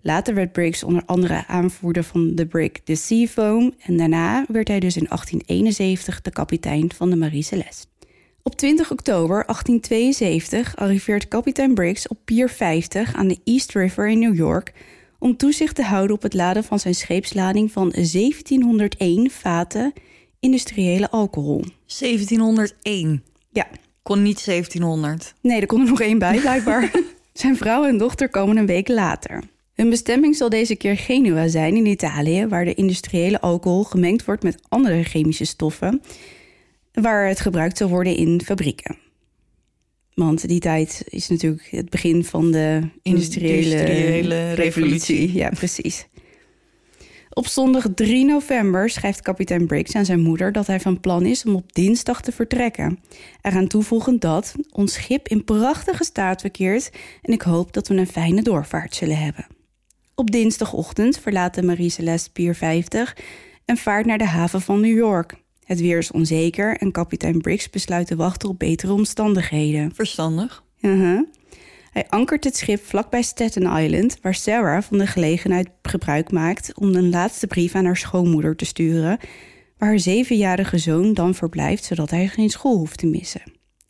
Later werd Briggs onder andere aanvoerder van de brig de Sea Foam en daarna werd hij dus in 1871 de kapitein van de Marie Celeste. Op 20 oktober 1872 arriveert kapitein Briggs op Pier 50 aan de East River in New York om toezicht te houden op het laden van zijn scheepslading van 1701 vaten industriële alcohol. 1701. Ja, Kon niet 1700. nee, er kon er nog één bij blijkbaar. zijn vrouw en dochter komen een week later. Hun bestemming zal deze keer Genua zijn in Italië, waar de industriële alcohol gemengd wordt met andere chemische stoffen, waar het gebruikt zal worden in fabrieken. Want die tijd is natuurlijk het begin van de industriële, Industriële revolutie. Ja, precies. Op zondag 3 november schrijft kapitein Briggs aan zijn moeder dat hij van plan is om op dinsdag te vertrekken. Eraan toevoegend dat ons schip in prachtige staat verkeert en ik hoop dat we een fijne doorvaart zullen hebben. Op dinsdagochtend verlaat de Marie-Celeste Pier 50 en vaart naar de haven van New York. Het weer is onzeker en kapitein Briggs besluit te wachten op betere omstandigheden. Verstandig. Mhm. Hij ankert het schip vlakbij Staten Island, waar Sarah van de gelegenheid gebruik maakt om een laatste brief aan haar schoonmoeder te sturen, waar haar zevenjarige zoon dan verblijft zodat hij geen school hoeft te missen.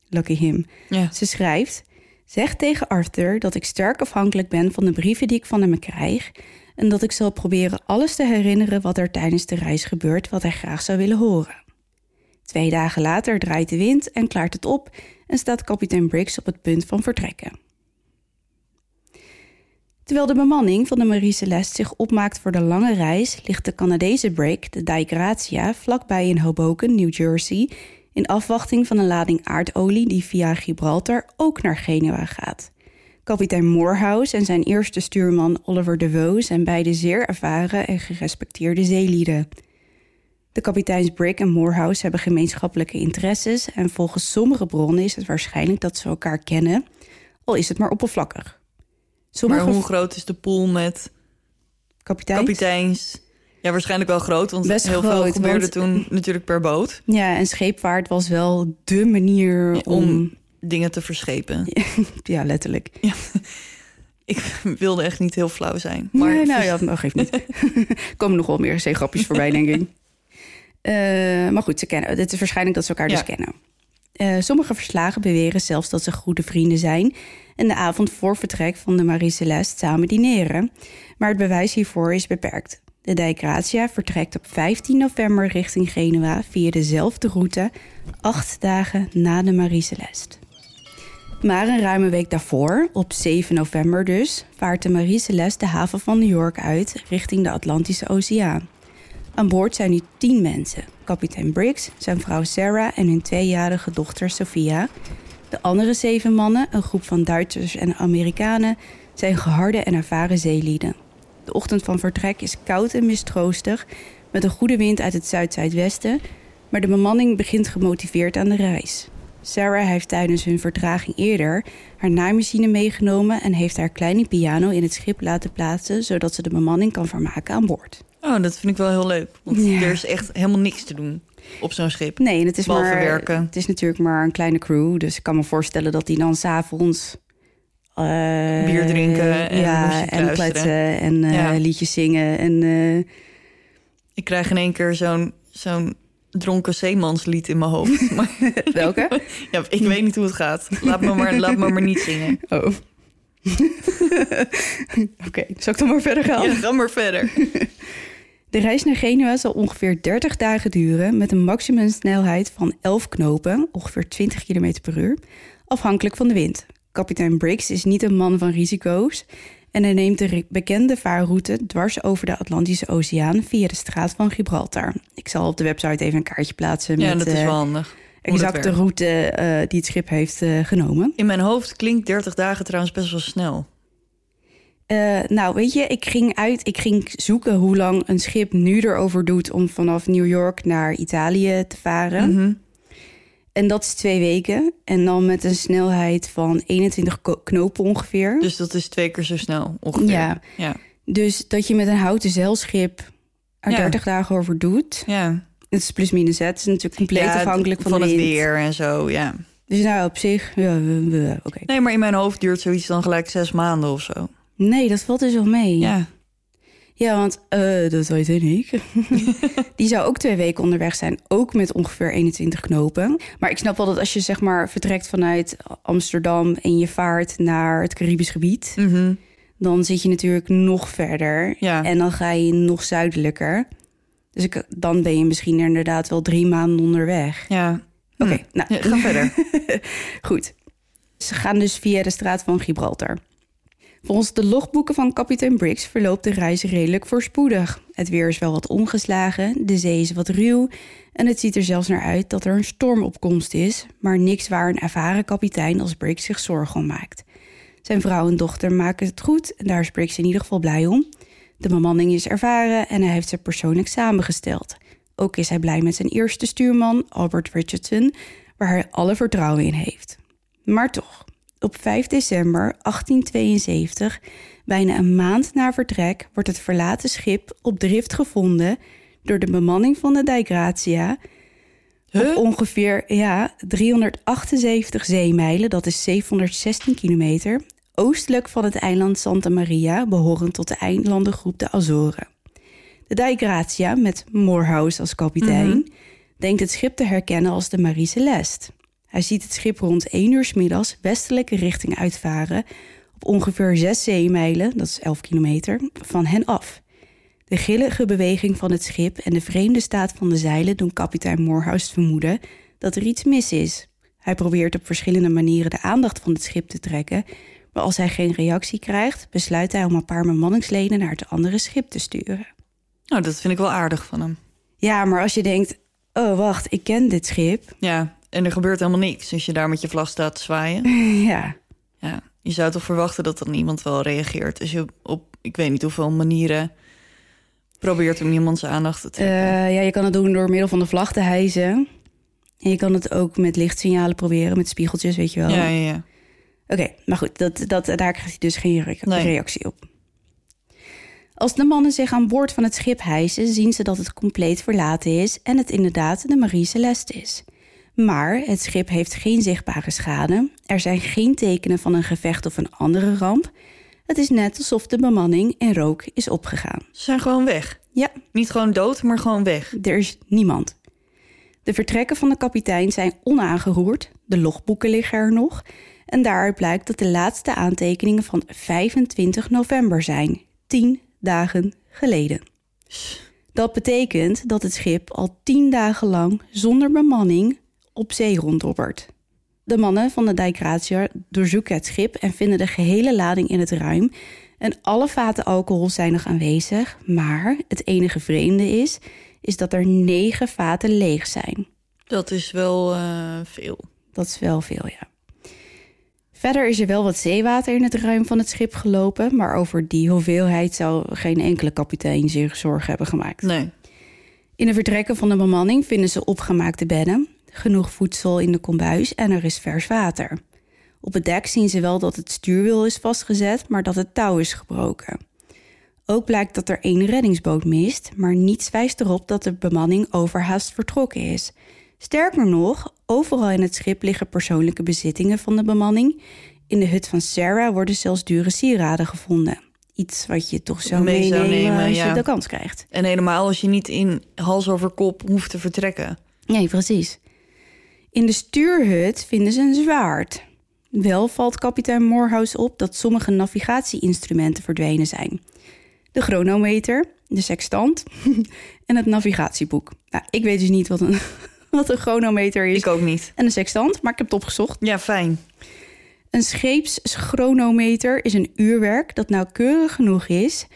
Lucky him. Ja. Ze schrijft: Zeg tegen Arthur dat ik sterk afhankelijk ben van de brieven die ik van hem krijg en dat ik zal proberen alles te herinneren wat er tijdens de reis gebeurt wat hij graag zou willen horen. Twee dagen later draait de wind en klaart het op en staat kapitein Briggs op het punt van vertrekken. Terwijl de bemanning van de Marie Celeste zich opmaakt voor de lange reis, ligt de Canadese brig, de Dijk Gratia, vlakbij in Hoboken, New Jersey, in afwachting van een lading aardolie die via Gibraltar ook naar Genua gaat. Kapitein Moorhouse en zijn eerste stuurman Oliver de Woo zijn beide zeer ervaren en gerespecteerde zeelieden. De kapiteins Brick en Moorhouse hebben gemeenschappelijke interesses en volgens sommige bronnen is het waarschijnlijk dat ze elkaar kennen, al is het maar oppervlakkig. Maar Sommige hoe groot is de pool met kapiteins? kapiteins? Ja, waarschijnlijk wel groot, want Best heel veel groot, gebeurde want- toen natuurlijk per boot. Ja, en scheepvaart was wel dé manier om... Om dingen te verschepen. Ja, letterlijk. Ik wilde echt niet heel flauw zijn. Maar Maar nee, nou ja, dat geeft niet. Er komen nog wel meer C-grapjes voorbij, denk ik. Eh, maar goed, ze kennen. Het is waarschijnlijk dat ze elkaar Ja. dus kennen. Eh, sommige verslagen beweren zelfs dat ze goede vrienden zijn en de avond voor vertrek van de Marie Celeste samen dineren. Maar het bewijs hiervoor is beperkt. De Dijkratia vertrekt op 15 november richting Genua via dezelfde route, acht dagen na de Marie Celeste. Maar een ruime week daarvoor, op 7 november dus, vaart de Marie Celeste de haven van New York uit richting de Atlantische Oceaan. Aan boord zijn nu 10 mensen: kapitein Briggs, zijn vrouw Sarah en hun tweejarige dochter Sophia. De andere zeven mannen, een groep van Duitsers en Amerikanen, zijn geharde en ervaren zeelieden. De ochtend van vertrek is koud en mistroostig, met een goede wind uit het zuid-zuidwesten, maar de bemanning begint gemotiveerd aan de reis. Sarah heeft tijdens hun vertraging eerder haar naaimachine meegenomen en heeft haar kleine piano in het schip laten plaatsen, zodat ze de bemanning kan vermaken aan boord. Oh, dat vind ik wel heel leuk. Want Ja. er is echt helemaal niks te doen op zo'n schip. Nee, en het is Behalve maar, werken. Het is natuurlijk maar een kleine crew. Dus ik kan me voorstellen dat die dan s'avonds... eh Bier drinken en ja, muziek en luisteren. kletsen en eh, Ja. liedjes zingen. En, eh, Ik krijg in één keer zo'n zo'n dronken zeemanslied in mijn hoofd. Maar welke? ja, ik weet niet hoe het gaat. Laat me maar, laat me maar niet zingen. Oh. Oké, zal ik dan maar verder gaan? Ja, ga maar verder. De reis naar Genua zal ongeveer 30 dagen duren met een maximumsnelheid van 11 knopen, ongeveer 20 km per uur, afhankelijk van de wind. Kapitein Briggs is niet een man van risico's en hij neemt de re- bekende vaarroute dwars over de Atlantische Oceaan via de straat van Gibraltar. Ik zal op de website even een kaartje plaatsen Ja, met dat is eh, wel handig. hoe dat exact de werkt. route eh, die het schip heeft eh, genomen. In mijn hoofd klinkt 30 dagen trouwens best wel snel. Eh, nou, weet je, ik ging uit, ik ging zoeken hoe lang een schip nu erover doet om vanaf New York naar Italië te varen. Mhm. En dat is twee weken. En dan met een snelheid van 21 ko- knopen ongeveer. Dus, Dus dat is twee keer zo snel ongeveer. Ja. dus Ja. dat je met een houten zeilschip er Ja. 30 dagen over doet. ja. Het is plus minus, hè. Het is natuurlijk compleet Ja, het- afhankelijk van, de het wind. weer en zo, ja. Dus nou, op zich, ja, eh, eh, oké. Nee, maar in mijn hoofd duurt zoiets dan gelijk zes maanden of zo. Nee, dat valt dus wel mee. Ja. Ja, want eh, dat weet ik. die zou ook twee weken onderweg zijn, ook met ongeveer 21 knopen. Maar ik snap wel dat als je zeg maar vertrekt vanuit Amsterdam en je vaart naar het Caribisch gebied, Mhm. dan zit je natuurlijk nog verder Ja. en dan ga je nog zuidelijker. Dus ik, dan ben je misschien inderdaad wel drie maanden onderweg. ja. Oké, nou Hmm. Ja, ga verder. Goed. Ze gaan dus via de straat van Gibraltar. Volgens de logboeken van kapitein Briggs verloopt de reis redelijk voorspoedig. Het weer is wel wat ongeslagen, de zee is wat ruw en het ziet er zelfs naar uit dat er een stormopkomst is, maar niks waar een ervaren kapitein als Briggs zich zorgen om maakt. Zijn vrouw en dochter maken het goed en daar is Briggs in ieder geval blij om. De bemanning is ervaren en hij heeft ze persoonlijk samengesteld. Ook is hij blij met zijn eerste stuurman, Albert Richardson, waar hij alle vertrouwen in heeft. Maar toch, op 5 december 1872, bijna een maand na vertrek, wordt het verlaten schip op drift gevonden door de bemanning van de Dijkratia. Op ongeveer ja, 378 zeemijlen, dat is 716 kilometer, oostelijk van het eiland Santa Maria, behorend tot de eilandengroep de Azoren. De Dijkratia, met Moorhouse als kapitein, denkt het schip te herkennen als de Marie Celeste. Hij ziet het schip rond 1 uur 's middags westelijke richting uitvaren, op ongeveer 6 zeemijlen, dat is 11 kilometer, van hen af. De grillige beweging van het schip en de vreemde staat van de zeilen doen kapitein Moorhouse vermoeden dat er iets mis is. Hij probeert op verschillende manieren de aandacht van het schip te trekken, maar als hij geen reactie krijgt, besluit hij om een paar bemanningsleden naar het andere schip te sturen. Nou, dat vind ik wel aardig van hem. Ja, maar als je denkt, oh wacht, ik ken dit schip. Ja, en er gebeurt helemaal niks als je daar met je vlag staat te zwaaien. Ja, Ja, je zou toch verwachten dat dan iemand wel reageert. Als je op, ik weet niet hoeveel manieren probeert om iemand zijn aandacht te trekken. Eh, ja, je kan het doen door middel van de vlag te hijsen. En je kan het ook met lichtsignalen proberen, met spiegeltjes, weet je Eh, wel. ja, ja, ja. Oké, maar goed, dat, dat, daar krijgt hij dus geen re- Nee. reactie op. Als de mannen zich aan boord van het schip hijsen, zien ze dat het compleet verlaten is en het inderdaad de Marie Celeste is. Maar het schip heeft geen zichtbare schade, er zijn geen tekenen van een gevecht of een andere ramp. Het is net alsof de bemanning in rook is opgegaan. Ze zijn gewoon weg. Ja, Niet gewoon dood, maar gewoon weg. er is niemand. De vertrekken van de kapitein zijn onaangeroerd, de logboeken liggen er nog. En daaruit blijkt dat de laatste aantekeningen van 25 november zijn, 10 dagen geleden. Dat betekent dat het schip al 10 dagen lang zonder bemanning op zee ronddobbert. De mannen van de dijkratia doorzoeken het schip en vinden de gehele lading in het ruim. En alle vaten alcohol zijn nog aanwezig, maar het enige vreemde is, is dat er negen vaten leeg zijn. Dat is wel eh, veel. Dat is wel veel, ja. Verder is er wel wat zeewater in het ruim van het schip gelopen, maar over die hoeveelheid zou geen enkele kapitein zich zorgen hebben gemaakt. Nee. In de vertrekken van de bemanning vinden ze opgemaakte bedden, genoeg voedsel in de kombuis en er is vers water. Op het dek zien ze wel dat het stuurwiel is vastgezet, maar dat het touw is gebroken. Ook blijkt dat er één reddingsboot mist, maar niets wijst erop dat de bemanning overhaast vertrokken is. Sterker nog, overal in het schip liggen persoonlijke bezittingen van de bemanning. In de hut van Sarah worden zelfs dure sieraden gevonden. Iets wat je toch zou Mee zou meenemen nemen, als je ja. de kans krijgt. En helemaal als je niet in hals over kop hoeft te vertrekken. Nee, precies. In de stuurhut vinden ze een zwaard. Wel valt kapitein Moorhouse op dat sommige navigatieinstrumenten verdwenen zijn. De chronometer, de sextant en het navigatieboek. Nou, ik weet dus niet wat een, wat een chronometer is Ik ook niet. en een sextant, maar ik heb het opgezocht. Ja, fijn. Een scheepschronometer is een uurwerk dat nauwkeurig genoeg is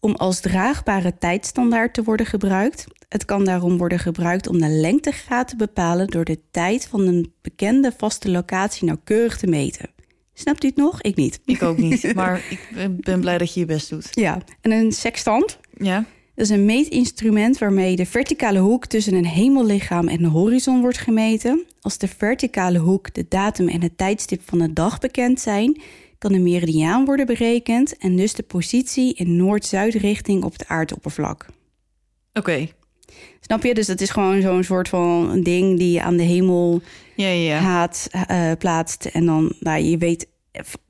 om als draagbare tijdstandaard te worden gebruikt. Het kan daarom worden gebruikt om de lengtegraad te bepalen door de tijd van een bekende vaste locatie nauwkeurig te meten. Snapt u het nog? Ik niet. Ik ook niet. Maar ik ben- ben blij dat je je best doet. Ja, en een sextant Ja? dat is een meetinstrument waarmee de verticale hoek tussen een hemellichaam en de horizon wordt gemeten. Als de verticale hoek, de datum en het tijdstip van de dag bekend zijn, kan de meridiaan worden berekend en dus de positie in noord-zuidrichting op het aardoppervlak. Oké. Snap je? Dus dat is gewoon zo'n soort van een ding die je aan de hemel Ja, ja. ja. haat eh, plaatst. En dan, nou, je weet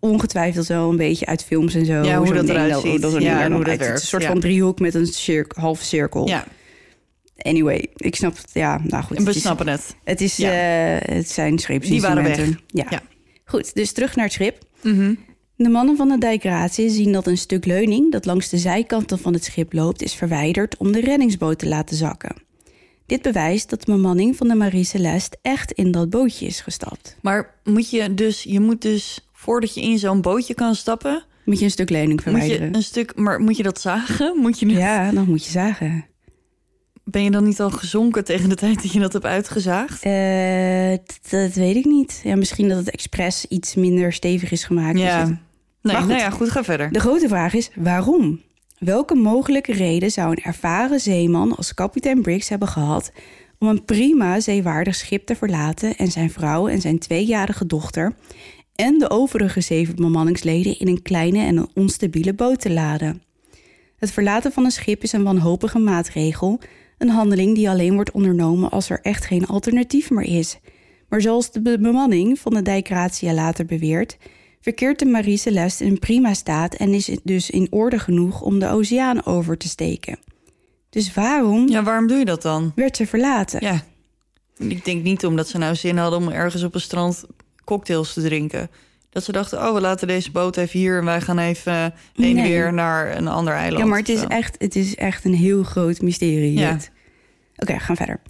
ongetwijfeld wel een beetje uit films en zo. Ja, hoe zo'n dat ding eruit dan- ziet. Dat, een Ja, ding er en dan hoe dat uit ziet. werkt, Een soort ja. van driehoek met een cirk, half cirkel. ja. Anyway, ik snap het. Ja, nou goed. We Het is, snappen het. het, is, Ja. eh, het zijn Die waren scheepsinstrumenten. weg. Ja. Ja. Goed, dus terug naar het schip. Mhm. De mannen van de dijkratie zien dat een stuk leuning dat langs de zijkanten van het schip loopt is verwijderd om de reddingsboot te laten zakken. Dit bewijst dat de bemanning van de Marie Celeste echt in dat bootje is gestapt. Maar moet je, dus, je moet dus, voordat je in zo'n bootje kan stappen, Moet je een stuk leuning moet je verwijderen? een stuk, maar moet je dat zagen? Moet je dat- Ja, dan moet je zagen. Ben je dan niet al gezonken tegen de tijd dat je dat hebt uitgezaagd? Eh, dat- dat weet ik niet. Ja, misschien dat het expres iets minder stevig is gemaakt. Ja. Is het- Nee, nou goed. ja, goed, ga verder. De grote vraag is waarom? Welke mogelijke reden zou een ervaren zeeman als kapitein Briggs hebben gehad om een prima zeewaardig schip te verlaten en zijn vrouw en zijn tweejarige dochter en de overige zeven bemanningsleden in een kleine en een onstabiele boot te laden? Het verlaten van een schip is een wanhopige maatregel, een handeling die alleen wordt ondernomen als er echt geen alternatief meer is. Maar zoals de be- bemanning van de dijkratia later beweert, verkeert de Marie Celeste in prima staat en is dus in orde genoeg om de oceaan over te steken. Dus waarom Ja, waarom doe je dat dan? werd ze verlaten? Ja. Ik denk niet omdat ze nou zin hadden om ergens op een strand cocktails te drinken. Dat ze dachten, oh, we laten deze boot even hier en wij gaan even eh, heen en Nee. weer naar een ander eiland. Ja, maar het is, Zo. echt, het is echt een heel groot mysterie. Ja. dit. Oké, we gaan verder.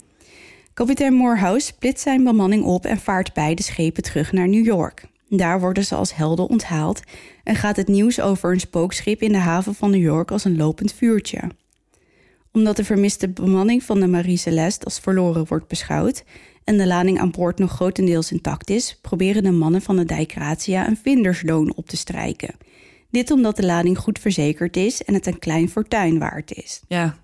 Kapitein Morehouse splitst zijn bemanning op en vaart beide schepen terug naar New York. Daar worden ze als helden onthaald en gaat het nieuws over een spookschip in de haven van New York als een lopend vuurtje. Omdat de vermiste bemanning van de Marie Celeste als verloren wordt beschouwd en de lading aan boord nog grotendeels intact is, proberen de mannen van de dijkratia een vindersloon op te strijken. Dit omdat de lading goed verzekerd is en het een klein fortuin waard is. Ja.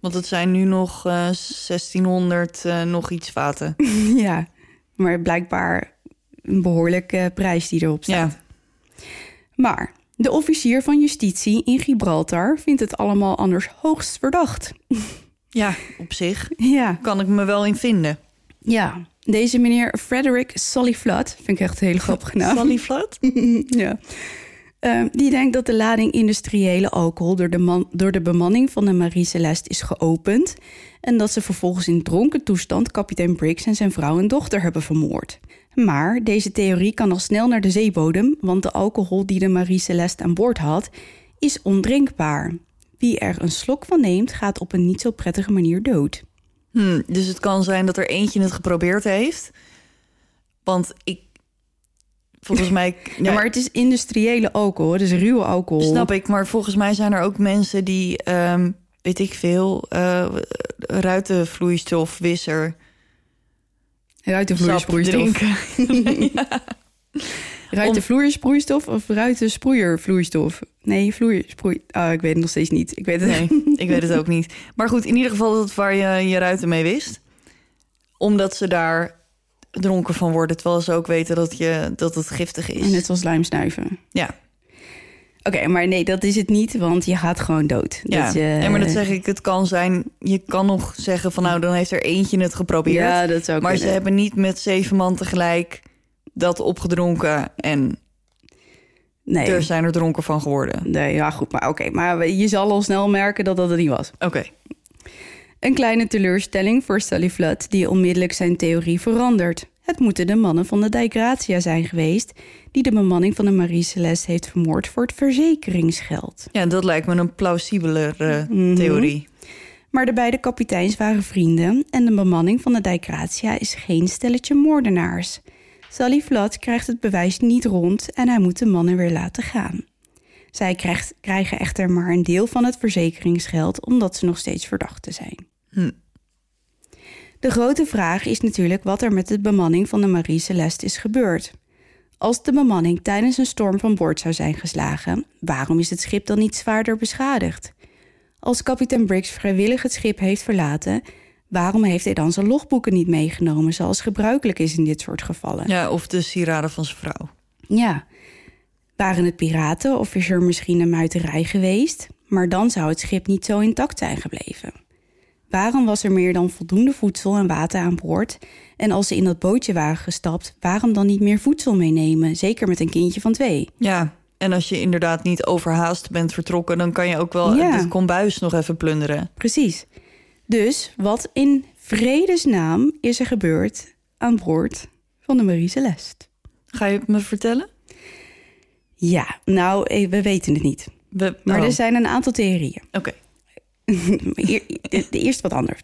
Want het zijn nu nog eh, 1600 eh, nog iets vaten. Ja, maar blijkbaar een behoorlijke prijs die erop staat. ja. Maar de officier van justitie in Gibraltar vindt het allemaal anders hoogst verdacht. Ja, op zich Ja, kan ik me wel in vinden. ja. Deze meneer Frederick Sollyflut, vind ik echt een hele grappige naam. Sally Flat? ja. Eh, die denkt dat de lading industriële alcohol door de, man, door de bemanning van de Marie Celeste is geopend. En dat ze vervolgens in dronken toestand kapitein Briggs en zijn vrouw en dochter hebben vermoord. Maar deze theorie kan al snel naar de zeebodem, want de alcohol die de Marie Celeste aan boord had, is ondrinkbaar. Wie er een slok van neemt, gaat op een niet zo prettige manier dood. Hm, dus het kan zijn dat er eentje het geprobeerd heeft. Want ik... Volgens mij... Ja, maar het is industriële alcohol, dus ruwe alcohol. Snap ik, maar volgens mij zijn er ook mensen die... ehm, weet ik veel, eh ruitenvloeistof, wisser, Ruit de sap vloeisproeistof. drinken. Ruit de Om- vloeiersproeistof of ruit de sproeiervloeistof? Nee, vloeiersproei... Oh, ik weet het nog steeds niet. Ik weet het Nee, ik weet het ook niet. Maar goed, in ieder geval is dat waar je je ruiten mee wist. Omdat ze daar dronken van worden, terwijl ze ook weten dat, je, dat het giftig is. En net zoals lijmsnuiven. Oké, Ja, maar nee, dat is het niet, want je gaat gewoon dood. ja. Dat, eh, Nee, maar dat zeg ik, het kan zijn... Je kan nog zeggen van nou, dan heeft er eentje het geprobeerd. Ja, dat zou maar ze kunnen. hebben niet met zeven man tegelijk dat opgedronken. En Nee, er zijn er dronken van geworden. nee ja, goed, maar oké. Maar je zal al snel merken dat dat het niet was. Oké. Een kleine teleurstelling voor Sally Flood, die onmiddellijk zijn theorie verandert. Het moeten de mannen van de Dijkratia zijn geweest... die de bemanning van de Marie Celeste heeft vermoord voor het verzekeringsgeld. Ja, dat lijkt me een plausibeler eh, Mhm. theorie. Maar de beide kapiteins waren vrienden en de bemanning van de Dijkratia is geen stelletje moordenaars. Sally Vlad krijgt het bewijs niet rond en hij moet de mannen weer laten gaan. Zij krijgt, krijgen echter maar een deel van het verzekeringsgeld omdat ze nog steeds verdachten zijn. De grote vraag is natuurlijk wat er met de bemanning van de Marie Celeste is gebeurd. Als de bemanning tijdens een storm van boord zou zijn geslagen, waarom is het schip dan niet zwaarder beschadigd? Als kapitein Briggs vrijwillig het schip heeft verlaten, waarom heeft hij dan zijn logboeken niet meegenomen, zoals gebruikelijk is in dit soort gevallen? Ja. Ja, of de sieraden van zijn vrouw. Waren het piraten of is er misschien een muiterij geweest? Maar dan zou het schip niet zo intact zijn gebleven. Waarom was er meer dan voldoende voedsel en water aan boord? En als ze in dat bootje waren gestapt, waarom dan niet meer voedsel meenemen? Zeker met een kindje van twee. Ja, en als je inderdaad niet overhaast bent vertrokken... dan kan je ook wel Ja. het kombuis nog even plunderen. Precies. Dus wat in vredesnaam is er gebeurd aan boord van de Marie Celeste? Ga je het me vertellen? Ja, nou, eh, we weten het niet. We- Maar oh, er zijn een aantal theorieën. Oké, Eer- e- Eerst wat anders.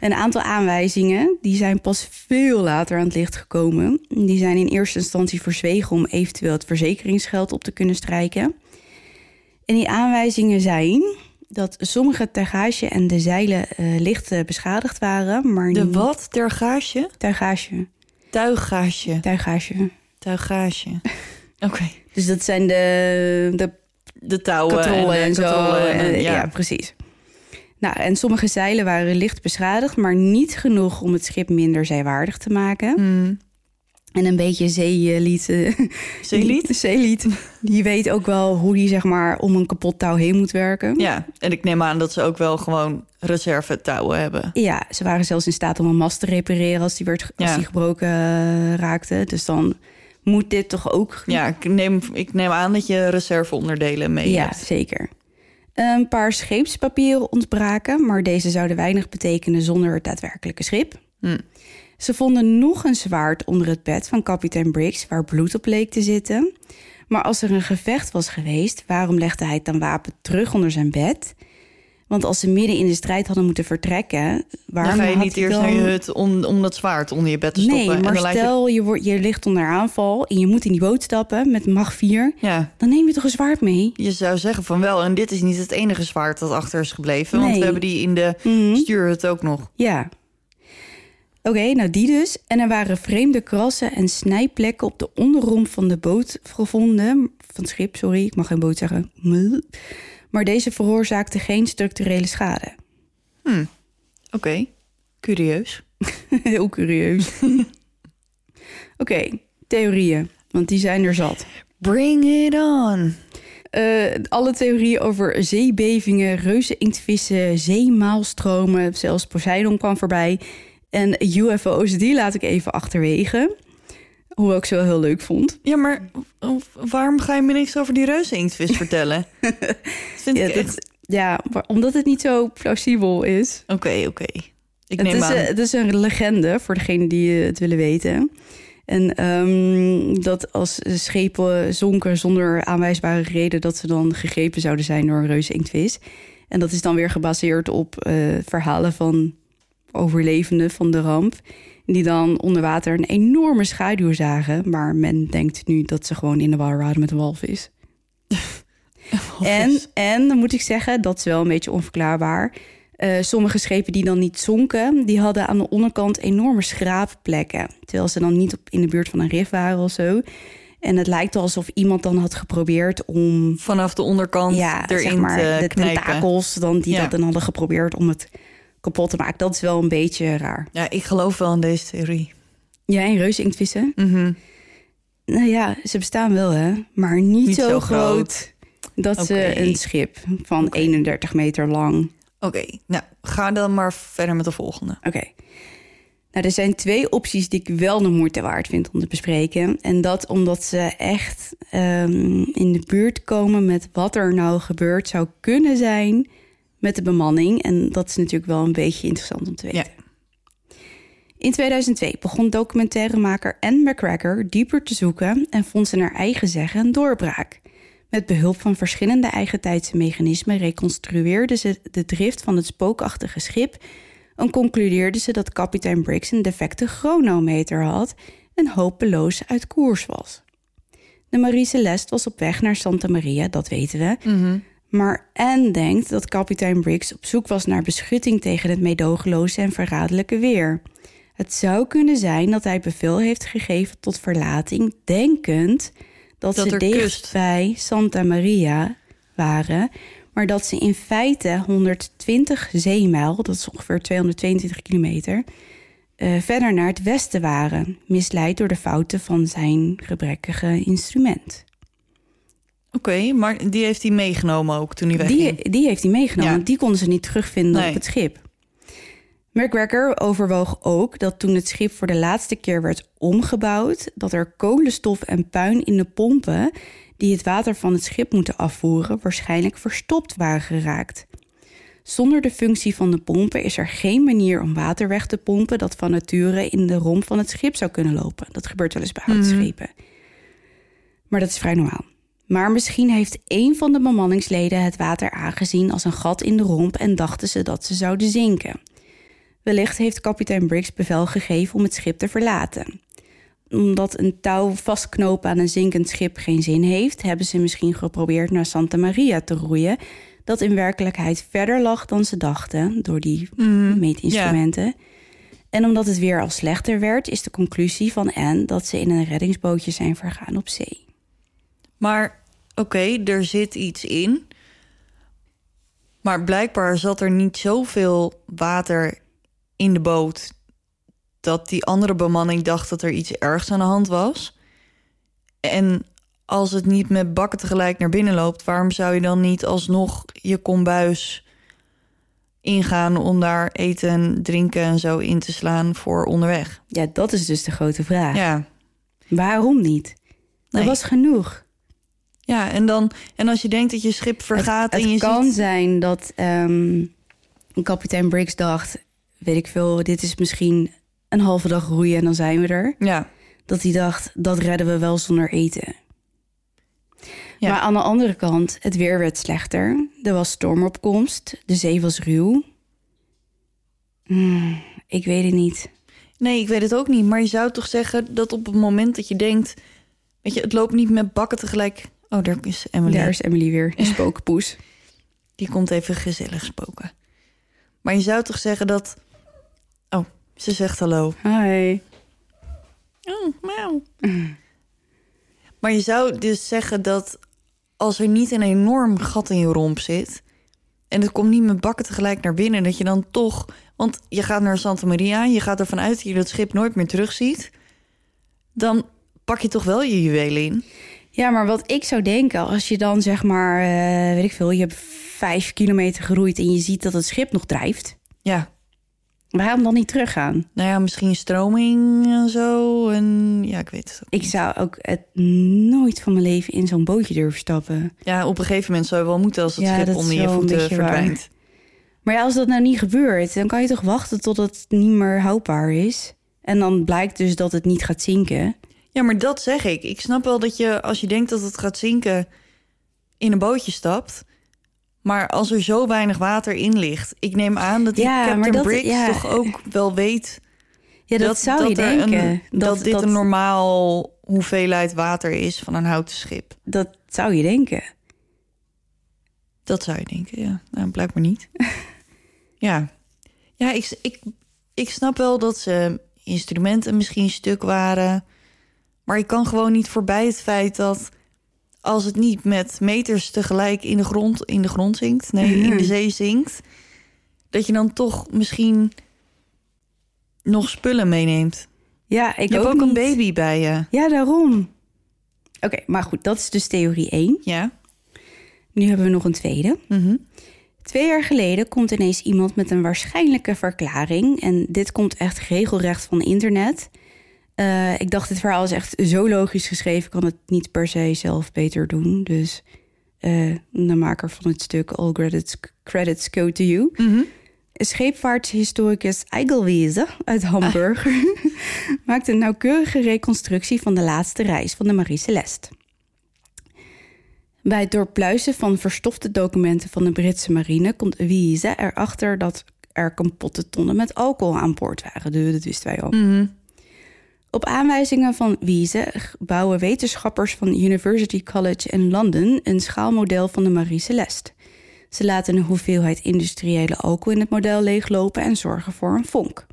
Een aantal aanwijzingen die zijn pas veel later aan het licht gekomen. Die zijn in eerste instantie verzwegen om eventueel het verzekeringsgeld op te kunnen strijken. En die aanwijzingen zijn dat sommige tergage en de zeilen eh, licht eh, beschadigd waren, maar de niet wat? Tergage? tuigage. Tuigage. tuigage. Tuigage. Oké. Dus dat zijn de, de De touwen katrollen en, de zo. katrollen en- En- eh, ja. ja. precies. Nou, en sommige zeilen waren licht beschadigd, maar niet genoeg om het schip minder zeewaardig te maken. Hmm. En een beetje zeelied. eh, Zeelied? zeelied. Die weet ook wel hoe die zeg maar om een kapot touw heen moet werken. Ja, en ik neem aan dat ze ook wel gewoon reserve touwen hebben. Ja, ze waren zelfs in staat om een mast te repareren als die, werd, als Ja. die gebroken eh, raakte. Dus dan moet dit toch ook Ja, ik neem, ik neem aan dat je reserveonderdelen mee Ja, hebt. zeker. Een paar scheepspapieren ontbraken, maar deze zouden weinig betekenen zonder het daadwerkelijke schip. Hm. Ze vonden nog een zwaard onder het bed van kapitein Briggs, waar bloed op leek te zitten. Maar als er een gevecht was geweest, waarom legde hij het dan wapen terug onder zijn bed? Want als ze midden in de strijd hadden moeten vertrekken, waarom Dan ga je had niet hij eerst dan... naar je hut om, om dat zwaard onder je bed te stoppen. Nee, maar en dan laat stel je... wordt, je ligt onder aanval en je moet in die boot stappen met macht 4, je... Ja, dan neem je toch een zwaard mee? je zou zeggen van wel. En dit is niet het enige zwaard dat achter is gebleven. Want Nee. we hebben die in de Mhm. stuurhut ook nog. Ja. Oké, nou die dus. En er waren vreemde krassen en snijplekken op de onderromp van de boot gevonden. Van het schip, sorry, ik mag geen boot zeggen. Meh. Maar deze veroorzaakte geen structurele schade. Oké, curieus. Heel curieus. Oké, theorieën, want die zijn er zat. Bring it on. Eh, alle theorieën over zeebevingen, reuzeninktvissen, zeemaalstromen, zelfs Poseidon kwam voorbij. En UFO's, die laat ik even achterwege. Hoewel ik ze wel heel leuk vond. Ja, maar waarom ga je me niks over die reuzeninktvis vertellen? Dat vind Ja, ik dat- echt... ja, maar omdat het niet zo plausibel is. Oké, oké. Ik Het neem is, aan. eh, het is een legende voor degene die eh, het willen weten. En ehm, dat als schepen zonken zonder aanwijsbare reden... dat ze dan gegrepen zouden zijn door een reuzeninktvis. En dat is dan weer gebaseerd op eh, verhalen van overlevenden van de ramp... die dan onder water een enorme schaduw zagen. Maar men denkt nu dat ze gewoon in de war waren met een walvis. En, en dan moet ik zeggen, dat is wel een beetje onverklaarbaar. Eh, sommige schepen die dan niet zonken, die hadden aan de onderkant enorme schraapplekken. Terwijl ze dan niet op, in de buurt van een rif waren of zo. En het lijkt wel alsof iemand dan had geprobeerd om vanaf de onderkant ja, erin zeg maar, te de knijpen. tentakels dan die Ja. dat dan hadden geprobeerd om het kapot te maken. Dat is wel een beetje raar. Ja, ik geloof wel in deze theorie. Ja, en reuzeninktvissen? Mhm. Nou ja, ze bestaan wel hè, maar niet, Niet zo, zo groot, groot. dat ze Oké. een schip van 31 meter lang Oké, nou, ga dan maar verder met de volgende. Oké. Nou, er zijn twee opties die ik wel de moeite waard vind om te bespreken. En dat omdat ze echt ehm, in de buurt komen met wat er nou gebeurd zou kunnen zijn met de bemanning. En dat is natuurlijk wel een beetje interessant om te weten. Ja. In 2002 begon documentairemaker Anne McCracker dieper te zoeken en vond ze naar eigen zeggen een doorbraak. Met behulp van verschillende eigentijdse mechanismen reconstrueerde ze de drift van het spookachtige schip en concludeerde ze dat kapitein Briggs een defecte chronometer had en hopeloos uit koers was. De Marie Celeste was op weg naar Santa Maria, dat weten we. Maar Anne denkt dat kapitein Briggs op zoek was naar beschutting tegen het meedogenloze en verraderlijke weer. Het zou kunnen zijn dat hij bevel heeft gegeven tot verlating, denkend dat, Dat ze er dicht kust. bij Santa Maria waren, maar dat ze in feite 120 zeemijl, dat is ongeveer 222 kilometer, eh, verder naar het westen waren, misleid door de fouten van zijn gebrekkige instrument. Oké, maar die heeft hij meegenomen ook toen hij wegging. Die, die heeft hij meegenomen. Ja. want Die konden ze niet terugvinden Nee. op het schip. Merkwekker overwoog ook dat toen het schip voor de laatste keer werd omgebouwd, dat er kolenstof en puin in de pompen die het water van het schip moeten afvoeren waarschijnlijk verstopt waren geraakt. Zonder de functie van de pompen is er geen manier om water weg te pompen dat van nature in de romp van het schip zou kunnen lopen. Dat gebeurt wel eens Hmm. bij houtschepen. Maar dat is vrij normaal. Maar misschien heeft één van de bemanningsleden het water aangezien als een gat in de romp en dachten ze dat ze zouden zinken. Wellicht heeft kapitein Briggs bevel gegeven om het schip te verlaten. Omdat een touw vastknopen aan een zinkend schip geen zin heeft, hebben ze misschien geprobeerd naar Santa Maria te roeien, dat in werkelijkheid verder lag dan ze dachten door die meetinstrumenten. En omdat het weer al slechter werd, is de conclusie van Anne dat ze in een reddingsbootje zijn vergaan op zee. Maar oké, er zit iets in. Maar blijkbaar zat er niet zoveel water in de boot dat die andere bemanning dacht dat er iets ergs aan de hand was. En als het niet met bakken tegelijk naar binnen loopt, waarom zou je dan niet alsnog je kombuis ingaan om daar eten, drinken en zo in te slaan voor onderweg? Ja, dat is dus de grote vraag. Ja. Waarom niet? Dat Nee. was genoeg. Ja, en dan en als je denkt dat je schip vergaat het en je kan ziet- zijn dat ehm, kapitein Briggs dacht... weet ik veel, dit is misschien een halve dag roeien en dan zijn we er. Ja. Dat hij dacht, dat redden we wel zonder eten. Ja. Maar aan de andere kant, het weer werd slechter. Er was stormopkomst, de zee was ruw. Hmm, ik weet het niet. Nee, ik weet het ook niet. Maar je zou toch zeggen dat op het moment dat je denkt... Weet je, het loopt niet met bakken tegelijk... Oh, daar is Emily. Daar is Emily weer, een spookpoes. Die komt even gezellig spoken. Maar je zou toch zeggen dat... Oh, ze zegt hallo. Hi. Oh, wauw. Maar je zou dus zeggen dat als er niet een enorm gat in je romp zit... en het komt niet met bakken tegelijk naar binnen... dat je dan toch... want je gaat naar Santa Maria... je gaat ervan uit dat je dat schip nooit meer terugziet... dan pak je toch wel je juwelen in. Ja, maar wat ik zou denken, als je dan zeg maar, eh, weet ik veel, je hebt vijf kilometer geroeid en je ziet dat het schip nog drijft, Ja, waarom dan niet teruggaan? nou ja, misschien stroming en zo. En ja, ik weet het ook. Ik zou ook het nooit van mijn leven in zo'n bootje durven stappen. Ja, op een gegeven moment zou je wel moeten als het Ja, dat schip is onder je wel een voeten beetje waar. verdwijnt. Maar ja, als dat nou niet gebeurt, dan kan je toch wachten tot het niet meer houdbaar is. En dan blijkt dus dat het niet gaat zinken. Ja, maar dat zeg ik. Ik snap wel dat je, als je denkt dat het gaat zinken, in een bootje stapt. Maar als er zo weinig water in ligt, ik neem aan dat die Ja, maar Captain dat- Briggs ja. toch ook wel weet Ja, dat, zou je er denken. een- dat, dit een normaal hoeveelheid water is van een houten schip. dat zou je denken. Dat zou je denken, ja. Nou, blijkbaar niet. ja, ja ik, ik, ik snap wel dat ze instrumenten misschien stuk waren. Maar ik kan gewoon niet voorbij het feit dat als het niet met meters tegelijk in de grond, in de grond zinkt, nee, Mhm. in de zee zinkt, dat je dan toch misschien nog spullen meeneemt. Ja, ik Je hebt ook, ook een niet. baby bij je. Ja, daarom. Oké, maar goed, dat is dus theorie 1. Ja. Nu hebben we nog een tweede. Twee jaar geleden komt ineens iemand met een waarschijnlijke verklaring. En dit komt echt regelrecht van internet. Eh, ik dacht, dit verhaal is echt zo logisch geschreven. Ik kan het niet per se zelf beter doen. Dus eh, de maker van het stuk All Credits, credits Go To You. Scheepvaarthistoricus Eigelwiese uit Hamburg... maakt een nauwkeurige reconstructie van de laatste reis van de Marie Celeste. Bij het doorpluizen van verstofte documenten van de Britse marine komt Wiese erachter dat er kapotte tonnen met alcohol aan boord waren. Dus Dat wisten wij al. Op aanwijzingen van Wiese bouwen wetenschappers van University College in Londen een schaalmodel van de Marie Celeste. Ze laten een hoeveelheid industriële alcohol in het model leeglopen en zorgen voor een vonk.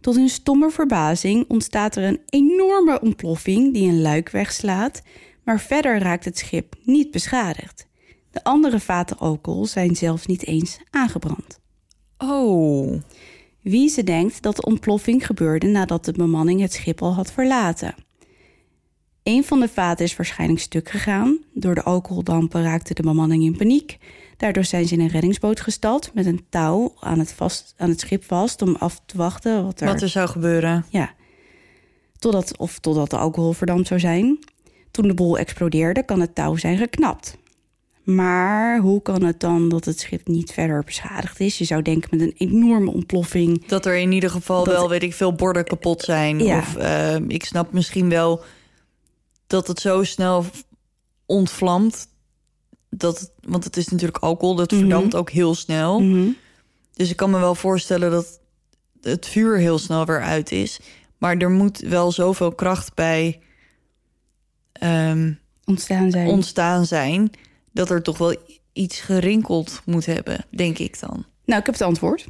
Tot hun stomme verbazing ontstaat er een enorme ontploffing die een luik wegslaat, maar verder raakt het schip niet beschadigd. De andere vaten alcohol zijn zelfs niet eens aangebrand. Oh. Wiese denkt dat de ontploffing gebeurde nadat de bemanning het schip al had verlaten. Een van de vaten is waarschijnlijk stuk gegaan. Door de alcoholdampen raakte de bemanning in paniek. Daardoor zijn ze in een reddingsboot gestald met een touw aan het, vast, aan het schip vast om af te wachten wat er, Wat er zou gebeuren. Ja. Totdat, of totdat de alcohol verdampt zou zijn. Toen de bol explodeerde, kan het touw zijn geknapt. Maar hoe kan het dan dat het schip niet verder beschadigd is? Je zou denken met een enorme ontploffing. Dat er in ieder geval Dat- wel, weet ik veel, borden kapot zijn. Ja. Of eh, ik snap misschien wel dat het zo snel ontvlamt. Dat het- want het is natuurlijk alcohol, dat verdampt ook heel snel. Mhm. Dus ik kan me wel voorstellen dat het vuur heel snel weer uit is. Maar er moet wel zoveel kracht bij ehm, Ontstaan zijn. ontstaan zijn... dat er toch wel i- iets gerinkeld moet hebben, denk ik dan. nou, ik heb het antwoord.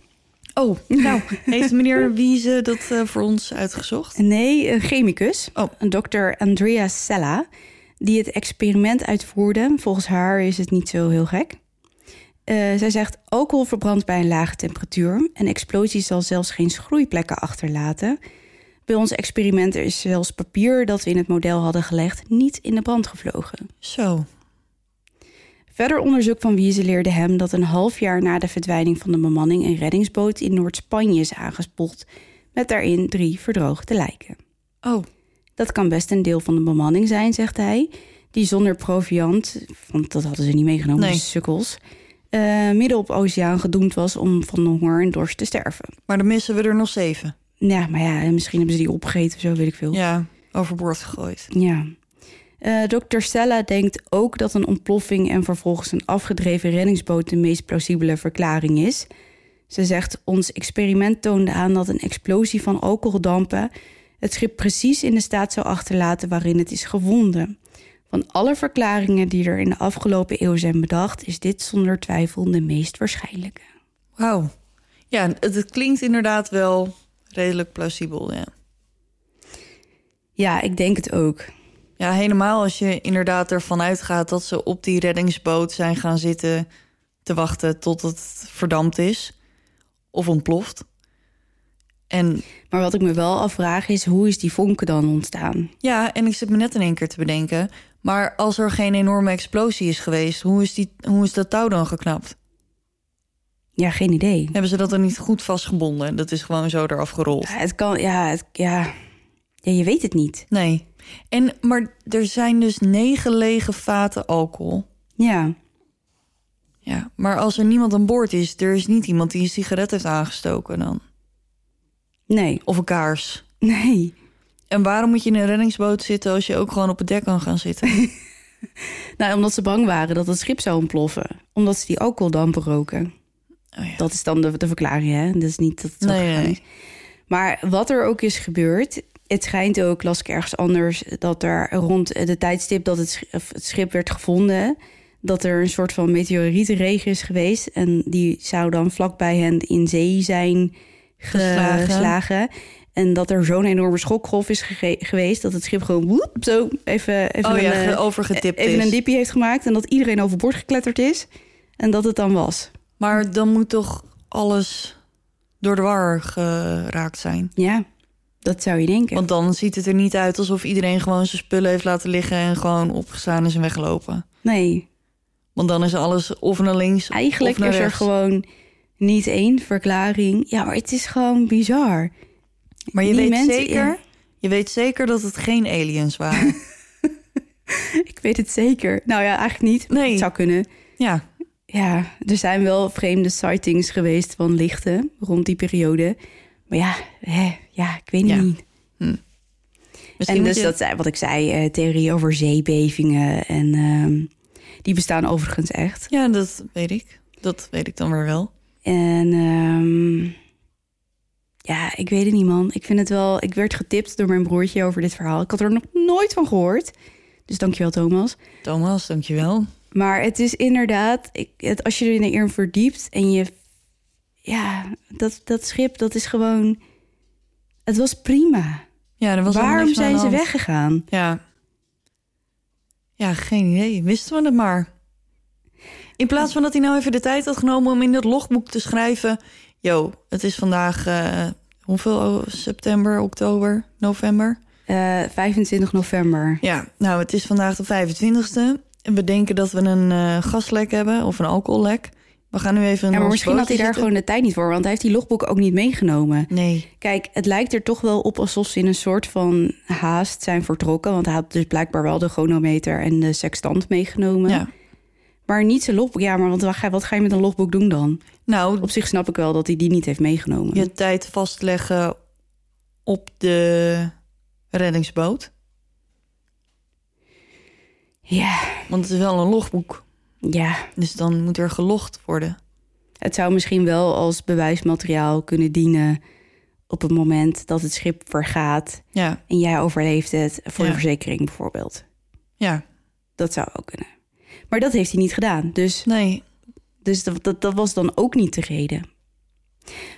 Oh, nou, heeft meneer Wiese dat eh, voor ons uitgezocht? Nee, een chemicus. Oh. Een dokter Andrea Sella. Die het experiment uitvoerde. Volgens haar is het niet zo heel gek. Eh, zij zegt, alcohol verbrandt bij een lage temperatuur. Een explosie zal zelfs geen schroeiplekken achterlaten. Bij ons experiment is zelfs papier dat we in het model hadden gelegd... niet in de brand gevlogen. Zo, Verder onderzoek van Wiese leerde hem dat een half jaar na de verdwijning van de bemanning... een reddingsboot in Noord-Spanje is aangespoeld... met daarin drie verdroogde lijken. oh, Dat kan best een deel van de bemanning zijn, zegt hij. Die zonder proviant, want dat hadden ze niet meegenomen, Nee. die sukkels... eh, midden op oceaan gedoemd was om van de honger en dorst te sterven. maar dan missen we er nog zeven. Ja, maar ja, misschien hebben ze die opgegeten of zo, weet ik veel. Ja, overboord gegooid. Ja. Eh Dr. Stella denkt ook dat een ontploffing en vervolgens een afgedreven reddingsboot de meest plausibele verklaring is. Ze zegt: Ons experiment toonde aan dat een explosie van alcoholdampen het schip precies in de staat zou achterlaten waarin het is gevonden. Van alle verklaringen die er in de afgelopen eeuw zijn bedacht, is dit zonder twijfel de meest waarschijnlijke. Wauw. Ja, het, het klinkt inderdaad wel redelijk plausibel, ja. Ja, ik denk het ook. Ja, helemaal als je inderdaad ervan uitgaat dat ze op die reddingsboot zijn gaan zitten te wachten tot het verdampt is of ontploft. En Maar wat ik me wel afvraag is: hoe is die vonken dan ontstaan? ja, en ik zit me net in één keer te bedenken, maar als er geen enorme explosie is geweest, hoe is, die, hoe is dat touw dan geknapt? Ja, geen idee. Hebben ze dat dan niet goed vastgebonden? Dat is gewoon zo eraf gerold. Ja, het kan, ja, het- ja. ja, je weet het niet. Nee. En, maar er zijn dus negen lege vaten alcohol. Ja, Ja, maar als er niemand aan boord is, er is niet iemand die een sigaret heeft aangestoken dan. nee, Of een kaars. nee. En waarom moet je in een reddingsboot zitten als je ook gewoon op het dek kan gaan zitten? Nou, omdat ze bang waren dat het schip zou ontploffen. Omdat ze die alcoholdampen roken. Oh ja. Dat is dan de, de verklaring, hè? Dat is niet dat het zo Nee, gegaan nee. is. Maar wat er ook is gebeurd... Het schijnt ook, las ik ergens anders... dat er rond de tijdstip dat het sch- of het schip werd gevonden... dat er een soort van meteorietenregen is geweest. En die zou dan vlakbij hen in zee zijn ge- Geslagen. geslagen. En dat er zo'n enorme schokgolf is gege- geweest... dat het schip gewoon woep, zo even, even, Oh ja, een, ge- eh, overgetipt even is. een diepie heeft gemaakt... en dat iedereen overboord gekletterd is. En dat het dan was. Maar dan moet toch alles door de war geraakt zijn? Ja, dat zou je denken. Want dan ziet het er niet uit alsof iedereen gewoon zijn spullen heeft laten liggen... en gewoon opgestaan is en weggelopen. nee, Want dan is alles of naar links eigenlijk of naar is er rechts. gewoon niet één verklaring. Ja, maar het is gewoon bizar. Maar je die weet, mensen- zeker, ja. je weet zeker dat het geen aliens waren. Ik weet het zeker. Nou ja, eigenlijk niet. maar Nee. Het zou kunnen. ja, Ja, er zijn wel vreemde sightings geweest van lichten rond die periode. Maar ja, hè, ja ik weet het Ja. niet. misschien En moet dus je- dat zijn wat ik zei, eh theorie over zeebevingen. En ehm, die bestaan overigens echt. Ja, dat weet ik. Dat weet ik dan weer wel. En ehm, ja, ik weet het niet, man. Ik vind het wel. Ik werd getipt door mijn broertje over dit verhaal. Ik had er nog nooit van gehoord. Dus dankjewel, Thomas. Thomas, dankjewel. Maar het is inderdaad, ik, het, als je er in de eer verdiept en je. Ja, dat, dat schip, dat is gewoon. Het was prima. Ja, er was helemaal Waarom niks aan zijn de ze hand. weggegaan? Ja. Ja, geen idee. Wisten we het maar. In plaats van dat hij nou even de tijd had genomen om in dat logboek te schrijven... Yo, het is vandaag eh, hoeveel? Oh, September, oktober, november? Eh, 25 november. Ja, nou, het is vandaag de 25e. En we denken dat we een eh, gaslek hebben of een alcohollek. We gaan nu even. Ja, maar ons misschien had hij bootje daar zitten. gewoon de tijd niet voor, want hij heeft die logboek ook niet meegenomen. Nee. Kijk, het lijkt er toch wel op alsof ze in een soort van haast zijn vertrokken. Want hij had dus blijkbaar wel de chronometer en de sextant meegenomen. Ja. Maar niet zijn logboek. Ja, maar want wat ga, wat ga je met een logboek doen dan? Nou, Op zich snap ik wel dat hij die niet heeft meegenomen. je tijd vastleggen op de reddingsboot. Ja, Want het is wel een logboek. ja. Dus dan moet er gelogd worden. Het zou misschien wel als bewijsmateriaal kunnen dienen op het moment dat het schip vergaat Ja, en jij overleeft het voor Ja. de verzekering bijvoorbeeld. ja. Dat zou ook kunnen. Maar dat heeft hij niet gedaan. Dus Nee. Dus dat, dat, dat was dan ook niet de reden.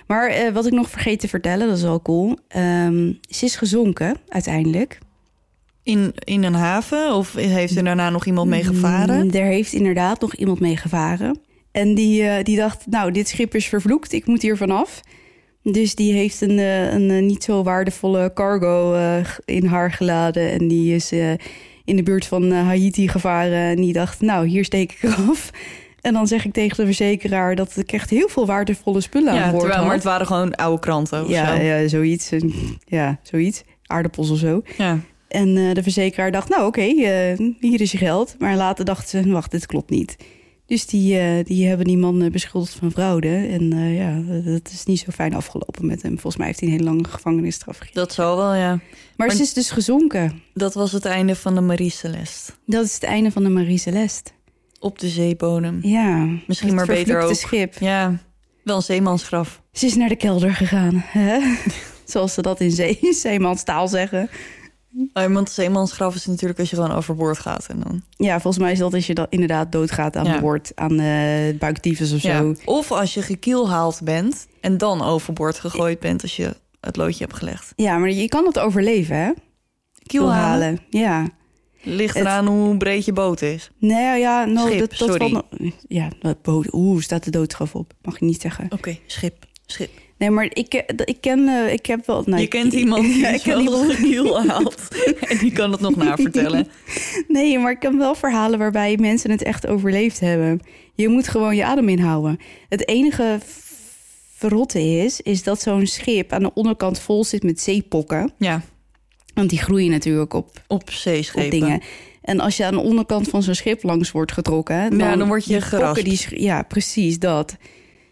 Maar eh, wat ik nog vergeet te vertellen, dat is wel cool. Ehm, ze is gezonken uiteindelijk. In, in een haven? Of heeft er daarna nog iemand mee gevaren? Mm, Er heeft inderdaad nog iemand mee gevaren. En die, eh, die dacht, nou, dit schip is vervloekt, ik moet hier vanaf. Dus die heeft een, eh, een eh, niet zo waardevolle cargo eh, g- in haar geladen. En die is eh, in de buurt van eh, Haiti gevaren. En die dacht, nou, hier steek ik af. En dan zeg ik tegen de verzekeraar dat ik echt heel veel waardevolle spullen aan Ja, boord terwijl, maar had. het waren gewoon oude kranten of Nou, Ja, zo. ja, zoiets. Een- Ja, zoiets. Aardappels of zo. Ja. En eh, de verzekeraar dacht, nou oké, eh, hier is je geld. Maar later dachten ze, wacht, dit klopt niet. Dus die, eh, die hebben die man eh, beschuldigd van fraude. En eh, ja, dat is niet zo fijn afgelopen met hem. Volgens mij heeft hij een hele lange gevangenisstraf gekregen. Dat zal wel, ja. Maar, maar- ze is dus gezonken. Dat was het einde van de Marie Celeste. Dat is het einde van de Marie Celeste. Op de zeebodem. Ja, Misschien het maar beter vervloekte ook. schip. Ja, wel een zeemansgraf. Ze is naar de kelder gegaan. Hè? Zoals ze dat in zee, zeemanstaal zeggen. Oh, want zeemansgraf is natuurlijk als je gewoon overboord gaat en dan. Ja, volgens mij is dat als je dan inderdaad doodgaat aan Ja. boord, aan eh buiktyfus of zo. Of als je gekielhaald bent en dan overboord gegooid bent als je het loodje hebt gelegd. Ja, maar je kan dat overleven, hè? Kielhalen Ja. ligt eraan hoe breed je boot is. Nee, ja, no, Schip, dat, dat sorry. valt nog- Ja, dat boot. Oeh, staat de doodstraf op. Mag je niet zeggen. Oké, schip. Schip. Nee, maar ik, eh, dat- ik ken, eh, ik heb wel... nou, je ik- kent iemand die Ja, ik ken iemand- gekielhaald en die kan het nog navertellen. Nee, maar ik ken wel verhalen waarbij mensen het echt overleefd hebben. Je moet gewoon je adem inhouden. Het enige v- verrotte is, is dat zo'n schip aan de onderkant vol zit met zeepokken. Ja, Want die groeien natuurlijk op op zeeschepen. op dingen. En als je aan de onderkant van zo'n schip langs wordt getrokken, dan, Ja, dan word je die kokken geraspt. Die, sch- ja, precies dat.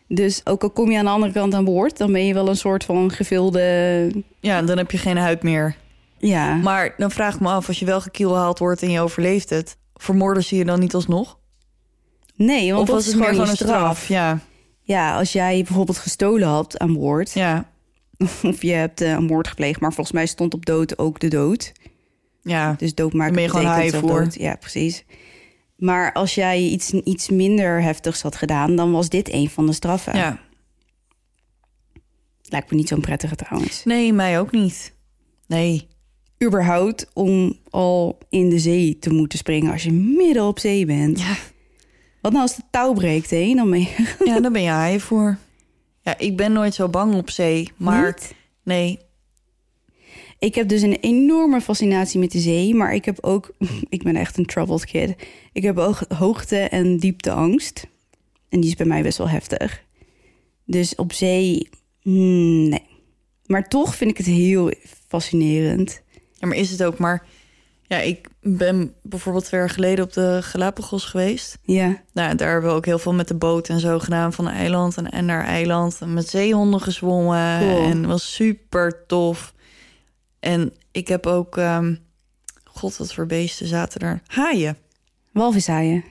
Dus ook al kom je aan de andere kant aan boord, dan ben je wel een soort van gevilde. Ja, dan heb je geen huid meer. Ja, Maar dan vraag ik me af, als je wel gekielhaald wordt en je overleeft het, vermoorden ze je dan niet alsnog? nee, want of dat was is het gewoon, meer gewoon een je straf? Ja, Ja, als jij bijvoorbeeld gestolen had aan boord, ja, of je hebt eh, een moord gepleegd, maar volgens mij stond op dood ook de dood. ja. Dus doodmaken Dan ben je gewoon betekent high zelf voor. dood. Ja, precies. Maar als jij iets, iets minder heftigs had gedaan, dan was dit een van de straffen. ja. Lijkt me niet zo'n prettige trouwens. Nee, mij ook niet. Nee. überhaupt om al in de zee te moeten springen als je midden op zee bent. Ja. Wat nou als de touw breekt, hé? Dan ben je ja, daar ben je high voor. Ja, ik ben nooit zo bang op zee, maar Niet? nee. Ik heb dus een enorme fascinatie met de zee, maar ik heb ook... Ik ben echt een troubled kid. Ik heb ook hoogte- en diepteangst. En die is bij mij best wel heftig. Dus op zee, hmm, nee. Maar toch vind ik het heel fascinerend. Ja, maar is het ook maar... Ja, ik ben bijvoorbeeld twee jaar geleden op de Galapagos geweest. Ja, Nou, daar hebben we ook heel veel met de boot en zo gedaan. Van eiland en, en naar eiland. En met zeehonden gezwommen. Cool. En het was super tof. En ik heb ook... ehm, God, wat voor beesten zaten daar. Haaien. walvishaaien.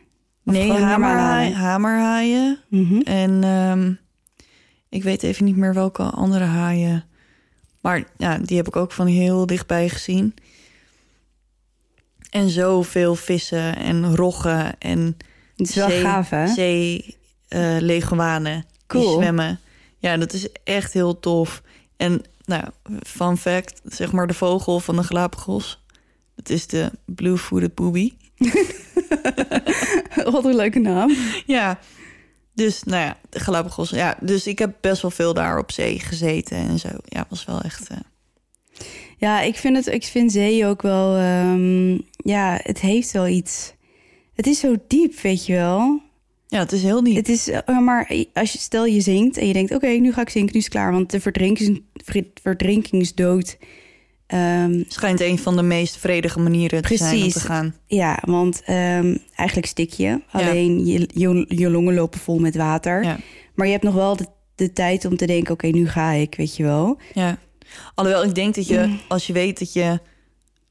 Of nee, gewoon normale haaien? hamerhaaien. hamerhaaien. Mhm. En ehm, ik weet even niet meer welke andere haaien. Maar ja, die heb ik ook van heel dichtbij gezien. En zoveel vissen en roggen en Het is wel zee- gaaf, hè? Zee, eh, leguanen Cool. die zwemmen. Ja, dat is echt heel tof. En nou, fun fact, zeg maar de vogel van de Galapagos. Dat is de blue-footed booby. Wat een leuke naam. Ja, dus nou ja, de Galapagos. Ja, dus ik heb best wel veel daar op zee gezeten en zo. Ja, was wel echt... eh, Ja, ik vind het. Ik vind zee ook wel. ehm, ja, het heeft wel iets. Het is zo diep, weet je wel. Ja, het is heel niet. Het is, eh, maar als je, stel je zingt en je denkt, oké, nu ga ik zinken, nu is het klaar. Want de verdrinkings, ver- verdrinkingsdood, ehm, schijnt een van de meest vredige manieren te zijn om Precies. te gaan. ja, want ehm, eigenlijk stik je. Alleen je, je, je longen lopen vol met water. Ja. Maar je hebt nog wel de, de tijd om te denken, oké, nu ga ik, weet je wel. Ja. Alhoewel, ik denk dat je, als je weet dat je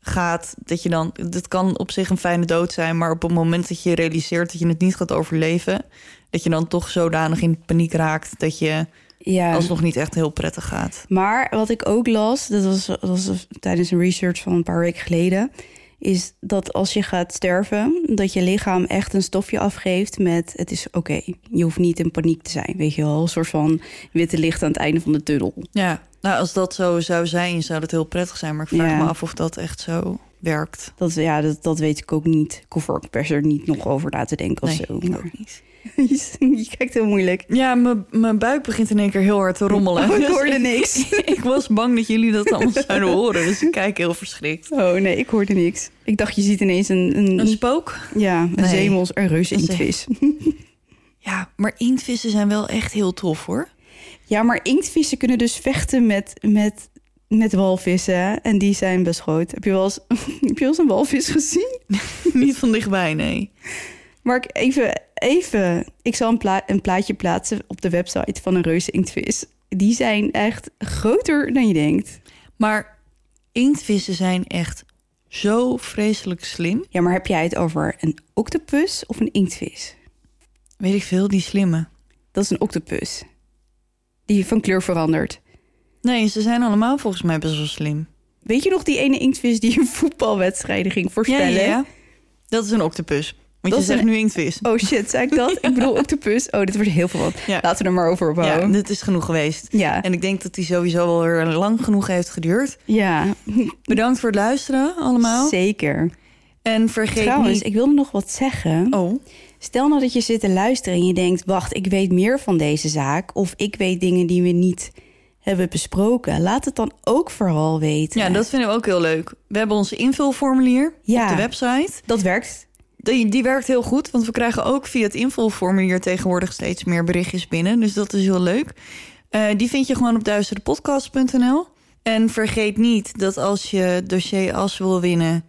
gaat, dat je dan... Dat kan op zich een fijne dood zijn, maar op het moment dat je realiseert dat je het niet gaat overleven... dat je dan toch zodanig in paniek raakt dat je Ja. alsnog niet echt heel prettig gaat. Maar wat ik ook las, dat was, dat was dus tijdens een research van een paar weken geleden, is dat als je gaat sterven, dat je lichaam echt een stofje afgeeft met het is oké, je hoeft niet in paniek te zijn, weet je wel, een soort van witte licht aan het einde van de tunnel. Ja. Nou, als dat zo zou zijn, zou dat heel prettig zijn. Maar ik vraag Ja. me af of dat echt zo werkt. Dat, ja, dat, dat weet ik ook niet. Ik hoef er ook per se niet nog over na te denken of zo. ik maar- ook niet. je kijkt heel moeilijk. Ja, mijn- mijn buik begint in één keer heel hard te rommelen. Oh, ik Dus hoorde niks. ik was bang dat jullie dat allemaal zouden horen. Dus ik kijk heel verschrikt. Oh nee, ik hoorde niks. Ik dacht, je ziet ineens een, een, Een spook? ja, een Nee. zeemels, een reuze Een zee- inktvis. Ja, maar inktvissen zijn wel echt heel tof hoor. Ja, maar inktvissen kunnen dus vechten met, met, met walvissen. En die zijn best groot. Heb je, wel eens, heb je wel eens een walvis gezien? Niet van dichtbij, nee. Mark, even, even. Ik zal een, pla- een plaatje plaatsen op de website van een reuze inktvis. Die zijn echt groter dan je denkt. Maar inktvissen zijn echt zo vreselijk slim. Ja, maar heb jij het over een octopus of een inktvis? Weet ik veel, die slimme. Dat is een octopus. Die van kleur verandert. Nee, ze zijn allemaal volgens mij best wel slim. Weet je nog die ene inktvis die een voetbalwedstrijden ging voorspellen? Dat is een octopus. Dat Want je is zegt een- nu inktvis. Oh shit, zei ik dat? Ik bedoel octopus. Oh, dit wordt heel veel wat. Ja. Laten we er maar over ophouden. Ja, dit is genoeg geweest. Ja. En ik denk dat die sowieso wel weer lang genoeg heeft geduurd. Ja, Bedankt voor het luisteren allemaal. zeker. En vergeet Trouwens, niet... ik wilde nog wat zeggen. Oh, Stel nou dat je zit te luisteren en je denkt... wacht, ik weet meer van deze zaak... of ik weet dingen die we niet hebben besproken. Laat het dan ook vooral weten. ja, dat vinden we ook heel leuk. We hebben onze invulformulier Ja. op de website. Dat werkt. Die, die werkt heel goed, want we krijgen ook via het invulformulier tegenwoordig steeds meer berichtjes binnen. Dus dat is heel leuk. Eh, die vind je gewoon op duisterepodcast.nl. En vergeet niet dat als je dossier as wil winnen,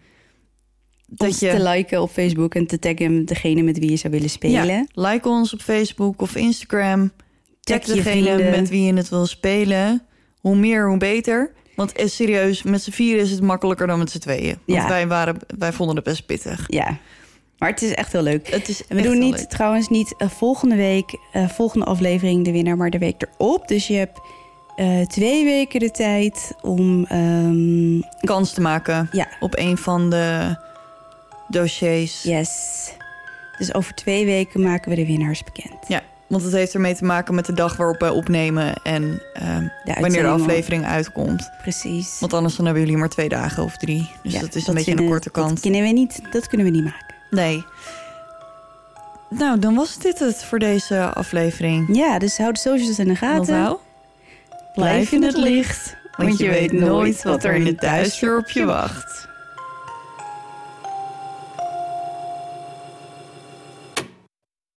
Dat dat Dus te je liken op Facebook en te taggen degene met wie je zou willen spelen. ja, like ons op Facebook of Instagram. Tag Tag je degene vrienden. met wie je het wil spelen. Hoe meer, hoe beter. Want eh, serieus, met z'n vieren is het makkelijker dan met z'n tweeën. Want Ja. wij, waren, wij vonden het best pittig. Ja. Maar het is echt heel leuk. Het is En we echt doen heel niet, leuk. trouwens niet eh, volgende week, eh, volgende aflevering de winnaar, maar de week erop. Dus je hebt eh, twee weken de tijd om... ehm, kans te maken ja, op een van de dossiers. Yes. Dus over twee weken maken we de winnaars bekend. Ja, want het heeft ermee te maken met de dag waarop wij opnemen en ehm, wanneer de uitzending aflevering uitkomt. Precies. Want anders dan hebben jullie maar twee dagen of drie. Dus Ja, dat is een beetje aan vinden- de korte Dat kant. kunnen we niet, dat kunnen we niet maken. Nee. Nou, dan was dit het voor deze aflevering. Ja, dus houd de socials in de gaten. Onthoud, blijf in het licht, want je weet nooit wat er in het duister op je wacht.